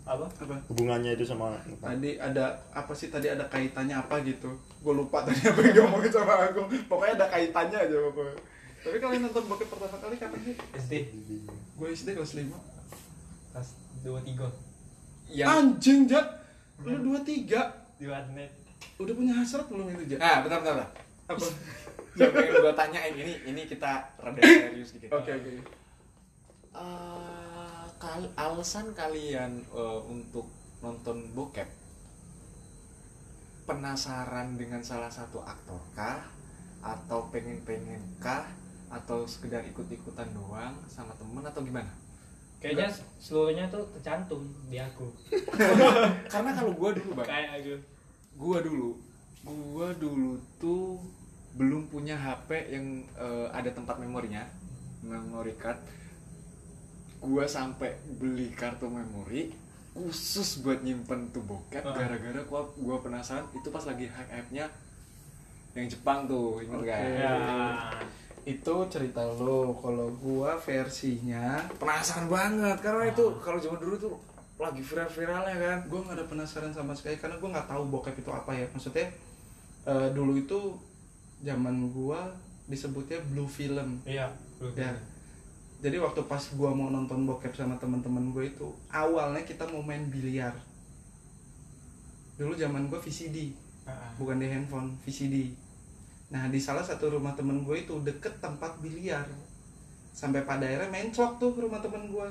Apa? apa Hubungannya itu sama utang. tadi ada apa sih tadi ada kaitannya apa gitu gue lupa tadi apa yang ngomongin sama aku pokoknya ada kaitannya aja pokoknya tapi kalian nonton bokep pertama kali kapan sih SD gue SD kelas 5 kelas 2 3 yang anjing jat lu dua tiga di warnet. udah punya hasrat belum itu jat nah bentar bentar, bentar. apa yang pengen gua tanyain ini ini kita rada serius dikit oke oke Eh, kal- alasan kalian eh, untuk nonton bokep penasaran dengan salah satu aktor kah atau pengen-pengen kah atau sekedar ikut-ikutan doang sama temen atau gimana? Kayaknya seluruhnya tuh tercantum di aku. Karena kalau gua dulu bang, Kayak aku. gua dulu, gua dulu tuh belum punya HP yang eh, ada tempat memorinya, memory card. Gua sampai beli kartu memori khusus buat nyimpen tuh bokep Heeh. gara-gara gua gua penasaran itu pas lagi hype-hype-nya yang Jepang tuh, ingat nggak? Oke. Ya. itu cerita lo kalau gua versinya Penasaran banget karena itu kalau zaman dulu tuh lagi viral-viralnya kan. gue nggak ada penasaran sama sekali karena gue nggak tahu bokep itu apa ya maksudnya eh, dulu itu zaman gue disebutnya blue film Iya. ya jadi waktu pas gue mau nonton bokep sama teman-teman gue itu awalnya kita mau main biliar dulu zaman gue VCD Ah. bukan di handphone VCD nah di salah satu rumah temen gue itu deket tempat biliar sampai pada akhirnya menclok tuh ke rumah temen gue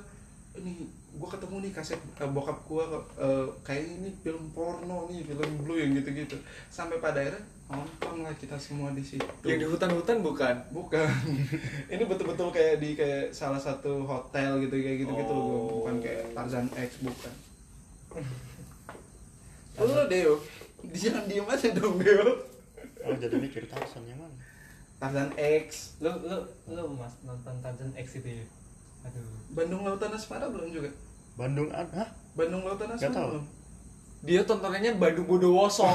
ini gue ketemu nih kaset eh, bokap gue eh, kayak ini film porno nih film blue yang gitu-gitu sampai pada akhirnya nonton lah kita semua di situ Yang di hutan-hutan bukan? bukan ini betul-betul kayak di kayak salah satu hotel gitu kayak gitu gitu Oh. bukan kayak Tarzan X bukan lo Deo jangan diem aja dong Deo Oh, jadi mikir Tarzan yang mana? Tarzan X Lu lu lu Mas nonton Tarzan X itu ya. Aduh. Bandung Lautan Asmara belum juga Bandung ada? Hah? Bandung Lautan Nggak tahu. Asmara belum Oh Dia tontonannya Bandung Bodowoso.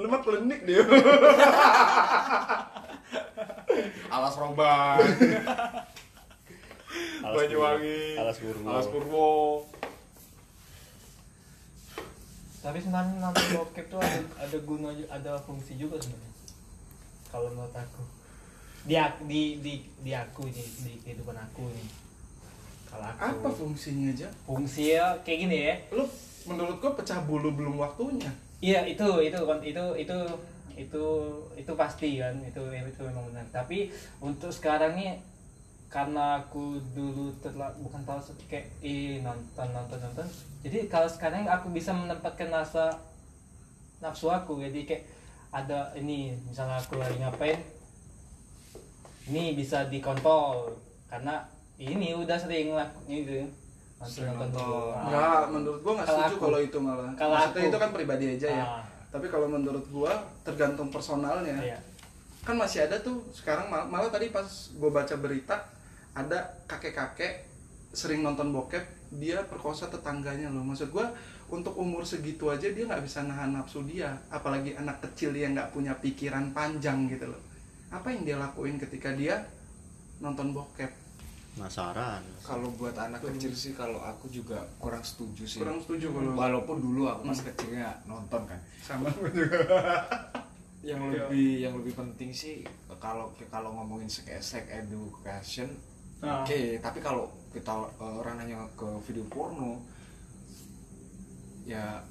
lu mah klinik Deo Alas Roban, Alas Banyuwangi, Purwo. Alas Purwo. Alas Purwo. Tapi sebenarnya nonton bokep tuh ada ada guna ju- ada fungsi juga sebenarnya. Kalau menurut aku. Di ak- di di di aku ini di kehidupan aku ini. Kalau apa aku fungsinya aja fungsi ya kayak gini ya. lu menurut gua pecah bulu belum waktunya Iya itu itu kon- itu itu itu itu pasti kan itu itu memang benar. Tapi untuk sekarang nih karena aku dulu terla bukan terlalu suka kayak eh, nonton nonton nonton. Jadi kalau sekarang aku bisa menempatkan rasa nafsu aku jadi kayak ada ini misalnya aku lagi ngapain ini bisa dikontrol karena ini udah sering lakuin gitu nonton Sering nonton nonton. dulu. Ah. Enggak, menurut gua nggak Kalau setuju aku. kalau itu malah. Kalau Maksudnya aku. itu kan pribadi aja ya. Ah. Tapi kalau menurut gua tergantung personalnya. Iya. Kan masih ada tuh sekarang mal- malah, tadi pas gua baca berita ada kakek-kakek sering nonton bokep dia perkosa tetangganya loh maksud gua untuk umur segitu aja dia nggak bisa nahan nafsu dia apalagi anak kecil yang nggak punya pikiran panjang gitu loh apa yang dia lakuin ketika dia nonton bokep Masaran. kalau buat anak kecil sih kalau aku juga kurang setuju sih kurang setuju kalau walaupun dulu aku pas kecilnya nonton kan sama aku juga yang Iya. lebih yang lebih penting sih kalau kalau ngomongin sekesek education Ah. oke tapi kalau kita uh, ranahnya ke video porno ya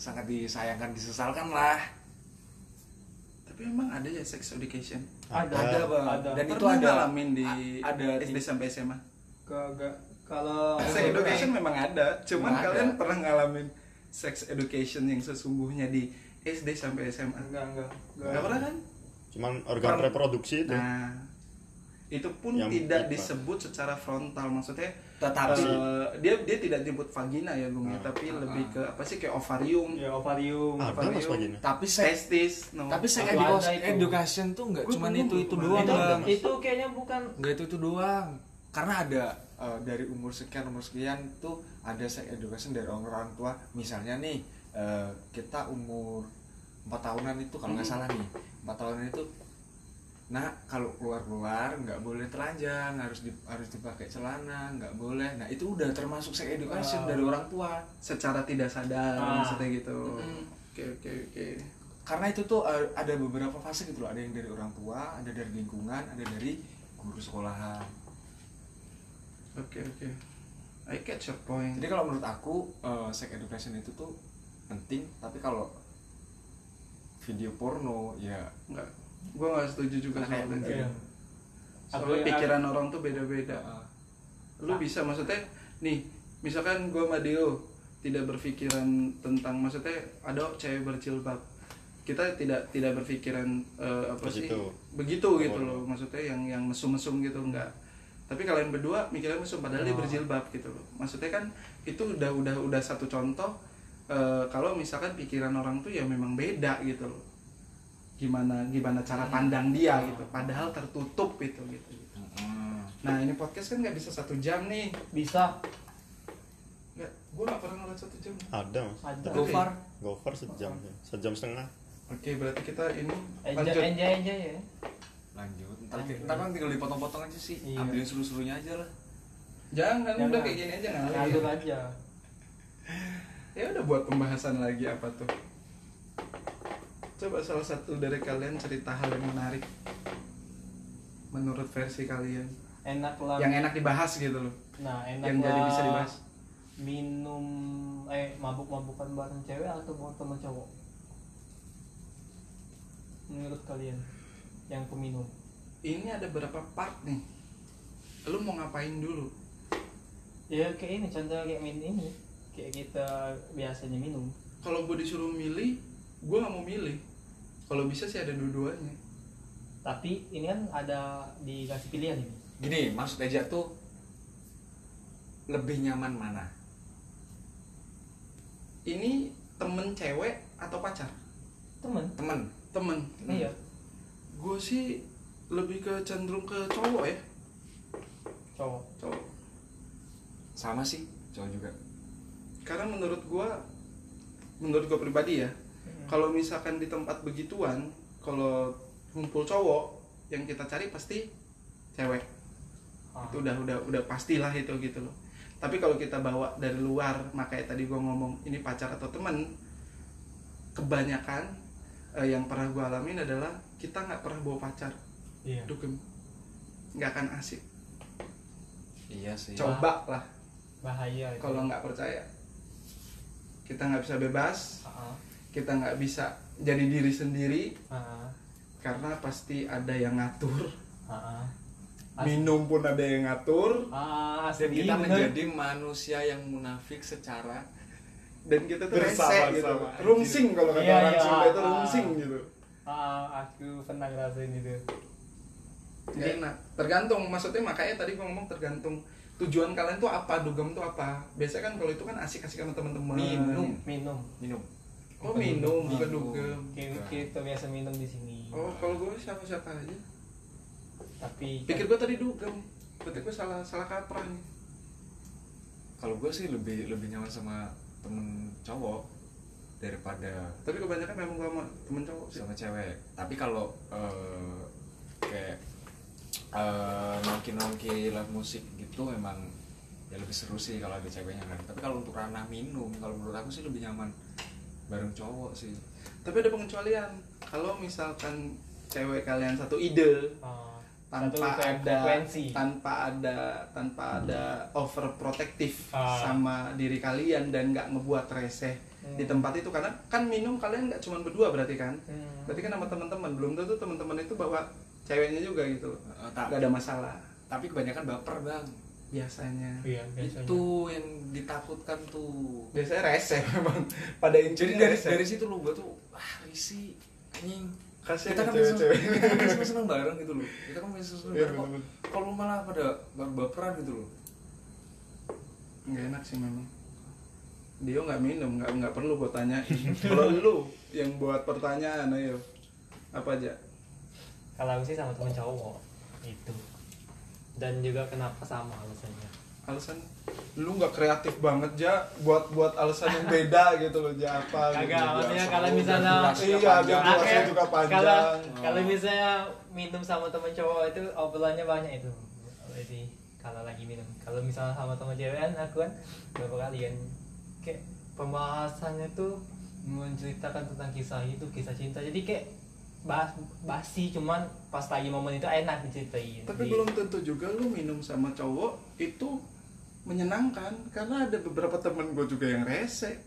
sangat disayangkan disesalkan lah tapi emang ada ya sex education Ada, ada bang ada. dan itu Pernah ada ngalamin di a- ada SD sampai SMA Kagak. Kalau sex education memang ada cuman Memang ada. kalian pernah ngalamin sex education yang sesungguhnya di SD sampai SMA enggak enggak. nggak pernah kan Cuman organ Kurang- reproduksi itu. nah itu pun Yang tidak bukan. disebut secara frontal maksudnya tetapi eh, dia dia tidak disebut vagina ya Bung ya, tapi lebih ke apa sih kayak ovarium Ya ovarium. ada mas begini. Ah. tapi seks testis no. tapi Aku sex ada education, itu. education tuh nggak Gua cuman dulu itu itu pernah. doang itu, Bang. itu kayaknya bukan nggak itu itu doang karena ada eh, dari umur sekian umur sekian tuh ada sex education dari orang tua misalnya nih eh, kita umur empat tahunan itu kalau nggak salah nih empat tahunan itu nah kalau keluar keluar nggak boleh telanjang harus di- harus dipakai celana nggak boleh nah itu udah termasuk sex education Wow. dari orang tua secara tidak sadar Ah. maksudnya gitu Mm. oke oke oke karena itu tuh eh, ada beberapa fase gitu loh ada yang dari orang tua ada dari lingkungan ada dari guru sekolahan oke oke I catch your point Jadi kalau menurut aku eh, sex education itu tuh penting, tapi kalau video porno ya nggak gue nggak setuju juga Kayak soal itu iya. soalnya Aku- pikiran orang tuh beda-beda eh, lu bisa maksudnya nih misalkan gue sama Dio tidak berpikiran tentang maksudnya ada cewek berjilbab kita tidak tidak berpikiran eh, apa sih Begitu. begitu gitu loh maksudnya yang yang mesum-mesum gitu enggak tapi kalian berdua mikirnya mesum padahal dia berjilbab gitu loh maksudnya kan itu udah udah udah satu contoh eh, kalau misalkan pikiran orang tuh ya memang beda gitu loh gimana gimana cara pandang dia gitu padahal tertutup itu gitu mm-mm. Nah ini podcast kan nggak bisa satu jam nih. bisa Nggak, gue nggak pernah ngeliat satu jam. Ada mas. Ada. Tapi Go far. Gofar sejam, ya. sejam setengah. Oke berarti kita ini enjoy lanjut. enjoy enjoy ya. lanjut. Ntar, ntar kan tinggal dipotong-potong aja sih, Iya. ambilin seluruh-seluruhnya aja lah. Jangan, kan Jangan. udah kayak gini aja Ngalir ngalir. aja. Ya udah buat pembahasan lagi apa tuh? Coba salah satu dari kalian cerita hal yang menarik menurut versi kalian Enak lah. yang enak dibahas gitu loh Nah, enak yang jadi lah bisa dibahas Minum eh mabuk-mabukan bareng cewek atau bareng sama cowok? Menurut kalian yang peminum? ini ada berapa part nih lu mau ngapain dulu Ya kayak ini contoh kayak min ini kayak kita biasanya minum. kalau gue disuruh milih gue nggak mau milih kalau bisa sih ada dua-duanya Tapi ini kan ada dikasih pilihan ini. Gini, maksud aja tuh lebih nyaman mana? ini temen cewek atau pacar Temen. Temen, temen Iya. gue sih lebih ke cenderung ke cowok ya Cowok. cowok sama sih, cowok juga. karena menurut gue menurut gue pribadi ya kalau misalkan di tempat begituan kalau ngumpul cowok yang kita cari pasti cewek Ah. itu udah udah udah pastilah itu gitu loh tapi kalau kita bawa dari luar makanya tadi gue ngomong ini pacar atau temen kebanyakan eh, yang pernah gue alamin adalah kita nggak pernah bawa pacar Iya. dugem nggak akan asik Iya sih. coba lah Bahaya itu. kalau nggak percaya kita nggak bisa bebas Ah, kita nggak bisa jadi diri sendiri ah, karena pasti ada yang ngatur ah, Asli. minum pun ada yang ngatur ah. Dan Asli, kita bener. menjadi manusia yang munafik secara dan kita tuh rese Bersama-sama, gitu anjir. rungsing kalau kata Iya, orang iya, Sunda itu ah. rungsing gitu Ah, aku pernah ngerasain itu. nggak enak tergantung maksudnya makanya tadi gue ngomong tergantung tujuan kalian tuh apa dugem tuh apa biasanya kan kalau itu kan asik-asik sama teman-teman Minum. Minum. minum. oh minum bukan Minum. dugem Kayak kita biasa minum di sini. oh kalau gue siapa-siapa aja Tapi kan, pikir gue tadi dugem berarti gue salah salah kaprah nih Kalau gue sih lebih lebih nyaman sama temen cowok daripada tapi kebanyakan memang gue sama temen cowok sih sama cewek tapi kalau eh, kayak eh nongki nongki live musik gitu itu memang ya lebih seru sih kalau ada ceweknya kan tapi kalau untuk ranah minum kalau menurut aku sih lebih nyaman bareng cowok sih Tapi ada pengecualian. Kalau misalkan cewek kalian satu ide Oh, satu tanpa fre- ada frekuensi. tanpa ada tanpa ada overprotective Ah. sama diri kalian dan nggak ngebuat reseh di tempat itu karena kan minum kalian nggak cuma berdua berarti kan Hmm. berarti kan sama teman-teman belum tentu teman-teman itu bawa ceweknya juga gitu loh Eh, ta- nggak ada masalah tapi kebanyakan baper bang biasanya Iya, biasanya. itu yang ditakutkan tuh biasanya reseh memang pada jadi intinya dari reseh. dari situ lu gue tuh ah risi anjing Kasihan kita ya kan bisa cewek-cewek. kita kan bisa seneng bareng gitu loh kita kan bisa seneng Iya, bareng kok bener-bener. kalau lu malah pada baru baperan gitu loh nggak enak sih memang dia nggak minum nggak nggak perlu gue tanyain kalau lu yang buat pertanyaan ayo apa aja Kalau aku sih sama temen cowok itu. Dan juga kenapa sama alasannya. alasan lu nggak kreatif banget ja buat buat alasan yang beda gitu loh ja apa Kagak, gitu, Ja. maksudnya kalau Seru, misalnya biar Iya, durasinya biar panjang. durasinya Akhirnya, juga panjang. Kalau Oh. kalau misalnya minum sama temen cowok itu obrolannya banyak itu. Jadi kalau lagi minum, kalau misalnya sama temen cewek kan aku kan beberapa kali kan kayak pembahasannya tuh menceritakan tentang kisah hidup, kisah cinta. Jadi kayak bas basi cuman pas lagi momen itu enak diceritain. tapi Di- belum tentu juga lu minum sama cowok itu menyenangkan karena ada beberapa temen gue juga yang rese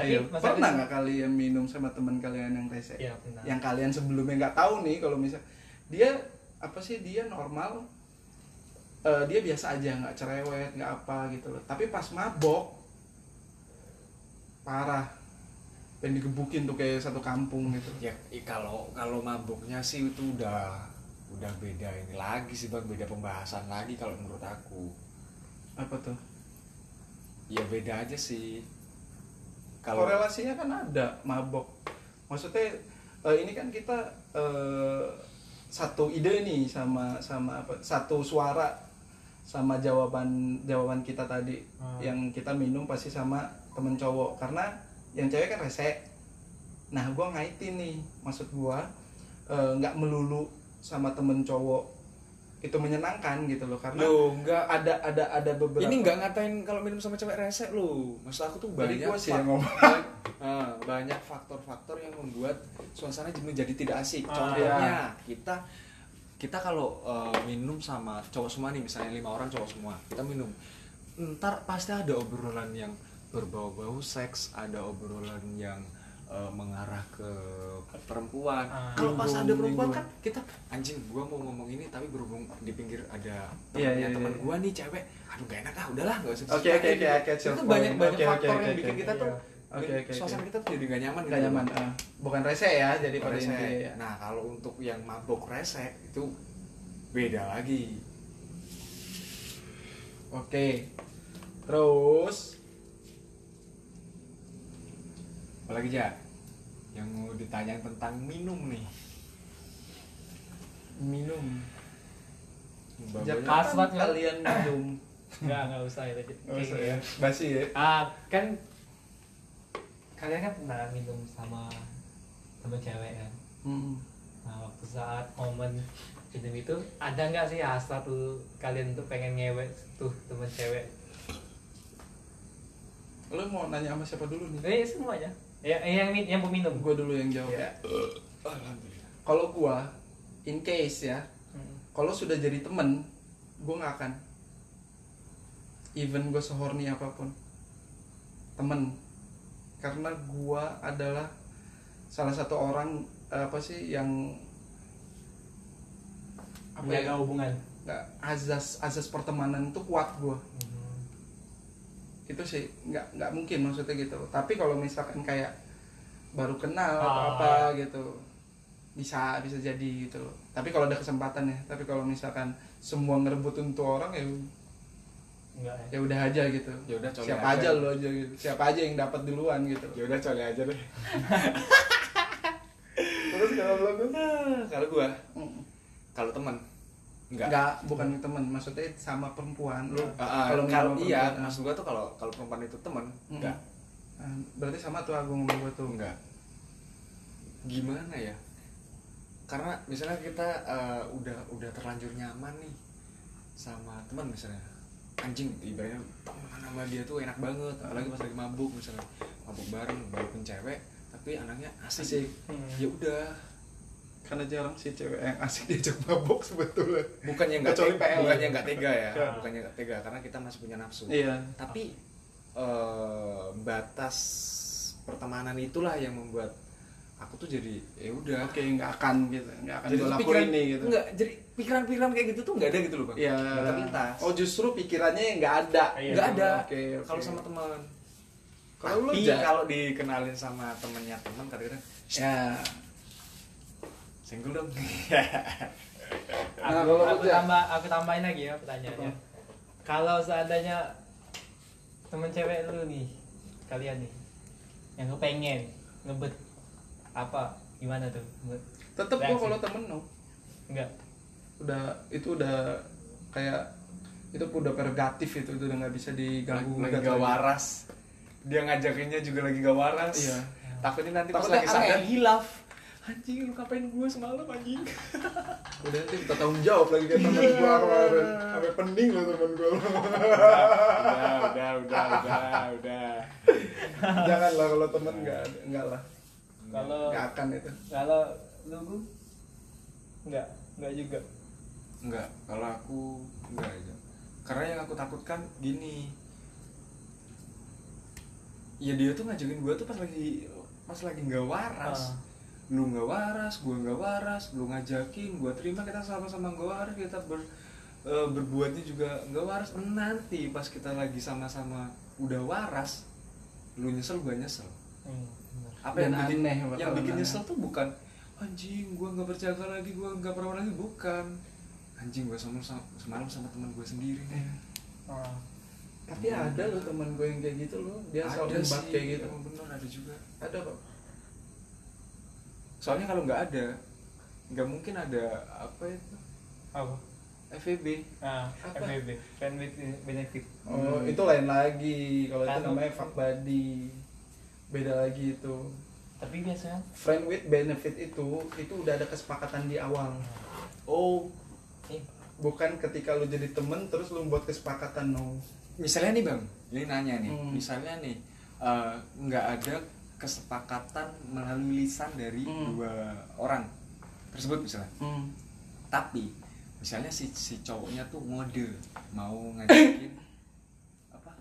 Tapi Ayo, maksudnya- pernah nggak kalian minum sama teman kalian yang rese Iya, pernah. yang kalian sebelumnya nggak tahu nih kalau misal dia apa sih dia normal eh, dia biasa aja nggak cerewet nggak apa gitu loh tapi pas mabok parah pengen digebukin tuh kayak satu kampung gitu ya i- kalau kalau mabuknya sih itu udah udah beda ini lagi sih bang beda pembahasan lagi kalau menurut aku apa tuh ya beda aja sih kalau korelasinya kan ada mabok maksudnya eh, ini kan kita eh, satu ide nih sama sama apa satu suara sama jawaban jawaban kita tadi Hmm. yang kita minum pasti sama temen cowok karena yang cewek kan rese nah gua ngaitin nih maksud gua eh, nggak melulu sama temen cowok itu menyenangkan gitu loh karena Loh, enggak. ada ada ada beberapa ini nggak ngatain kalau minum sama cewek rese lu maksud aku tuh Tadi banyak gua sih yang fak- ngomong. ba- Ah, banyak faktor-faktor yang membuat suasana jadi- menjadi tidak asik Ah, contohnya kita kita kalau eh, minum sama cowok semua nih misalnya lima orang cowok semua kita minum ntar pasti ada obrolan yang berbau-bau seks ada obrolan yang eh, mengarah ke perempuan Ah. kalau pas ada perempuan Mingguan. kan kita anjing gua mau ngomong ini tapi berhubung di pinggir ada Iya, temennya iya, iya. teman gua nih cewek aduh gak enak ah udahlah gak usah Oke, oke, oke, I catch your itu point. banyak banyak Oke, oke, faktor yang oke, bikin oke. kita tuh Iya. Oke, oke, suasana oke. kita tuh jadi gak nyaman nggak nyaman eh. bukan rese ya jadi pada Rese. intinya ya. nah kalau untuk yang mabok rese itu beda lagi Oke. Terus apalagi ja yang mau ditanya tentang minum nih minum. Bawanya- Pas Jakarta banget, kalian minum. Enggak, enggak usah ya, itu. Oh, saya. Basi ya. Ah, kan kalian kan pernah minum sama temen cewek kan? Mm. Nah, waktu saat momen minum itu ada nggak sih hasrat tuh kalian tuh pengen ngewek tuh temen cewek? Lo mau nanya sama siapa dulu nih? Eh semuanya. Ya, eh, yang mi- yang peminum. Gue dulu yang jawab. Iya. ya. Kalau gua in case ya, Hmm. kalau sudah jadi temen, gua nggak akan. Even gue sehorni apapun, temen. Karena gua adalah salah satu orang eh, apa sih yang ya? Menjaga hubungan. nggak azas azas pertemanan tuh kuat gua Hmm. itu sih nggak nggak mungkin maksudnya gitu tapi kalau misalkan kayak baru kenal atau Ah, apa iya. gitu bisa bisa jadi gitu loh tapi kalau ada kesempatan ya tapi kalau misalkan semua ngerebut untuk orang ya Enggak ya. ya udah aja gitu Ya udah, colek siapa aja. aja lo aja gitu siapa aja yang dapat duluan gitu ya udah coli aja deh terus kalau lo tuh Ah, kalau gua kalau teman nggak enggak bukan temen maksudnya sama perempuan lo Ah, ah, kalau minum iya perempuan, ah. maksud gua tuh kalau kalau perempuan itu teman Mm-mm. enggak Ah, berarti sama tuh agung sama gue tuh enggak gimana ya karena misalnya kita eh, udah udah terlanjur nyaman nih sama teman misalnya anjing ibaratnya teman sama dia tuh enak banget apalagi pas lagi mabuk misalnya mabuk bareng walaupun cewek tapi anaknya asik, Asik. ya udah karena jarang sih cewek yang asik diajak mabok sebetulnya bukannya nggak Kecuali tega, PL. bukannya nggak tega ya Ya. bukannya nggak tega karena kita masih punya nafsu iya tapi eh, batas pertemanan itulah yang membuat aku tuh jadi ya udah oke nggak akan gitu nggak akan jadi gue tuh lakuin nih gitu nggak, jadi pikiran-pikiran kayak gitu tuh nggak ada gitu loh bang Iya. nggak terlintas Oh justru pikirannya yang nggak ada. Iya. nggak ada Oke, oke. kalau sama teman Kalau lu, tapi Ja- kalau dikenalin sama temennya teman kadang-kadang Ya. single dong Nah, aku, kalau aku Ujang. tambah aku tambahin lagi ya pertanyaannya kalau seandainya temen cewek lu nih kalian nih yang kepengen ngebet apa gimana tuh ngebet Tetep gua Reaksi. kalau temen no. enggak Udah itu udah kayak itu udah prerogatif itu itu udah nggak bisa diganggu lagi gugat gak lagi. waras dia ngajakinnya juga lagi gak waras Iya. takutnya nanti Takutnya pas lagi sadar aneh. hilaf anjing lu ngapain gue semalam anjing Udah nanti minta tanggung jawab lagi kayak temen Iya. gua kemarin. Sampai pening loh temen gua. udah udah udah udah udah Janganlah kalau temen nggak ada, nggak lah. kalau Nggak akan itu. kalau lu Gu? enggak enggak juga enggak kalau aku enggak aja karena yang aku takutkan gini ya dia tuh ngajakin gue tuh pas lagi pas lagi nggak Ah. waras lu nggak waras gue nggak waras lu ngajakin gue terima kita sama-sama nggak waras kita ber eh, berbuatnya juga nggak waras nanti pas kita lagi sama-sama udah waras lu nyesel gue nyesel Hmm, bener. apa Dan yang bikin aneh yang bakalan bikin aneh. nyesel tuh bukan anjing gua nggak berjaga lagi gua nggak perawan lagi bukan anjing gua semalam sama, semalam sama teman gua sendiri nih Iya. Ah. Tapi ada loh temen gua yang kayak gitu loh. Dia Ada selalu sih, nembak kayak gitu. emang bener ada juga Ada kok. soalnya kalau nggak ada nggak mungkin ada apa itu E apa FEB ah Apa? FBB friend with benefit Oh, itu lain lagi. Kalau itu Kalau- namanya fuck buddy. Beda lagi itu. tapi biasanya Friend with benefit itu itu udah ada kesepakatan di awal. oh eh, Bukan ketika lu jadi temen terus lu buat kesepakatan no. misalnya nih bang ini nanya nih Hmm. misalnya nih eh, nggak ada kesepakatan melalui lisan dari Hmm. dua orang tersebut misalnya tapi misalnya si si cowoknya tuh ngode mau ngajakin apa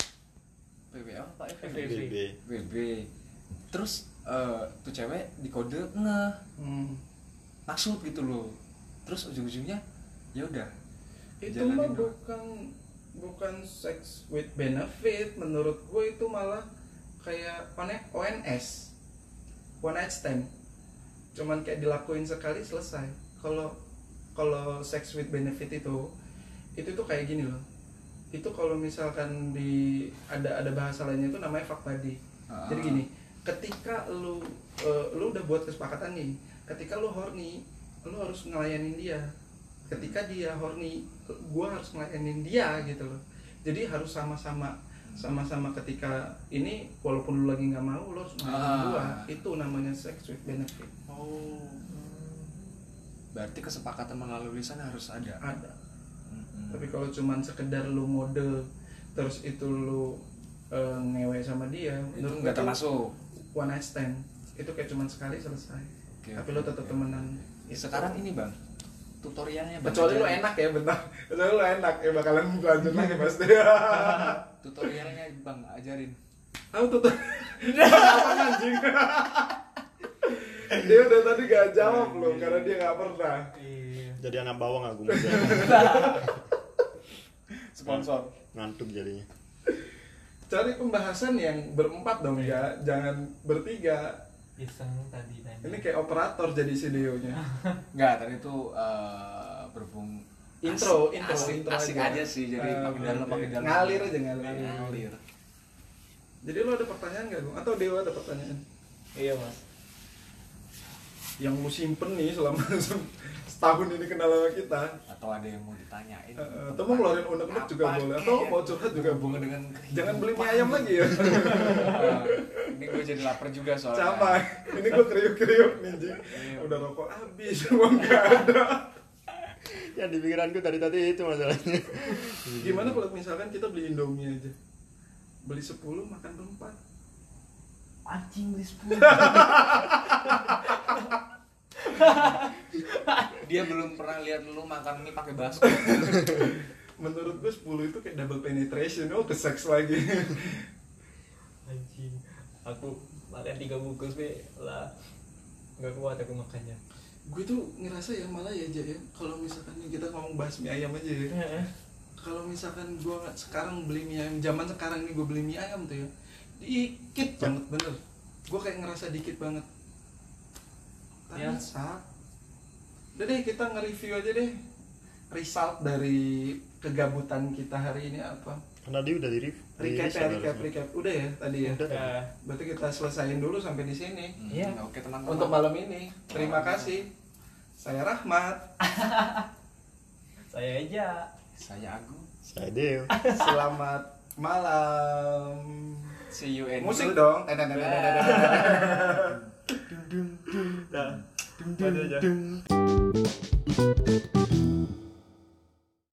PBL apa FBB FBB. PBB. terus eh, tuh cewek dikode nge Hmm. maksud gitu loh terus ujung-ujungnya ya udah Itu jalanin mah dulu. bukan bukan sex with benefit menurut gue itu malah kayak one- ONS. One night stand. Cuman kayak dilakuin sekali selesai. Kalau kalau sex with benefit itu itu tuh kayak gini loh. Itu kalau misalkan di ada ada bahasa lainnya itu namanya fuck buddy. Ah. Jadi gini, ketika lu eh, lu udah buat kesepakatan nih, ketika lu horny, lu harus ngelayanin dia. Ketika dia horny, gua harus ngelayanin dia gitu loh. Jadi harus sama-sama sama-sama ketika ini walaupun lu lagi nggak mau lu harus ngelayanin Ah. gua. Itu namanya sex with benefit. oh berarti kesepakatan melalui lisan harus ada Ada. Mm-mm. Tapi kalau cuman sekedar lu mode terus itu lu eh, ngewe sama dia, itu menurut gua nggak tuh termasuk one night stand. Itu kayak cuman sekali selesai. Oke, Tapi oke, lu tetap oke. temenan. sekarang ini bang tutorialnya Bang. kecuali lu Ajarin. enak ya bentar kecuali lu enak ya bakalan lanjut lagi pasti tutorialnya bang ajarin aku tuh apa anjing dia udah tadi gak jawab loh karena dia gak pernah iya Jadi anak bawang aku muda. sponsor Ngantuk jadinya. cari pembahasan yang berempat dong Iya. ya jangan bertiga iseng tadi nanya ini kayak operator jadi videonya Enggak, tadi itu eh, berhubung Intro, asik, intro, asik, intro asik aja. aja. sih jadi Eh, makin dalam oke. makin dalam Ngalir aja, ngalir. ngalir jadi lu ada pertanyaan gak Gung? atau Dewa ada pertanyaan iya mas yang lu simpen nih selama setahun ini kenal sama kita atau ada yang mau ditanyain Eh, eh, atau mau ngeluarin unek-unek juga Apa boleh. Atau kayak mau curhat juga berhubungan boleh. dengan jangan beli mie kehidupan. ayam lagi ya Eh, ini gue jadi lapar juga soalnya sama ini gue kriuk kriuk nih Ji. udah rokok habis uang gak ada yang di pikiranku tadi tadi itu masalahnya Gimana kalau misalkan kita beli Indomie aja? Beli 10 makan berempat. anjing beli sepuluh Dia belum pernah lihat lu makan mie pakai baskom. Iya. Menurut gue 10 itu kayak double penetration, oh ke seks lagi. anjing aku makan tiga bungkus be lah nggak kuat aku makannya gue tuh ngerasa ya malah ya aja ya kalau misalkan nih kita ngomong bahas mie ayam aja ya. Kalau misalkan gue sekarang beli mie ayam, zaman sekarang nih gue beli mie ayam tuh ya, dikit banget bener. Gue kayak ngerasa dikit banget. Ya. Ternyata. Udah deh kita nge-review aja deh result dari kegabutan kita hari ini apa. karena dia udah di review Recap ya, recap, recap. Udah ya tadi ya. Udah. Berarti kita selesaiin dulu sampai di sini Iya. Hmm, Oke teman-teman. untuk malam ini. Terima kasih. Saya Rahmat. saya aja Saya Agung. saya Deo Selamat malam. See you and Musik dong. Nah, Dah. Dadah aja.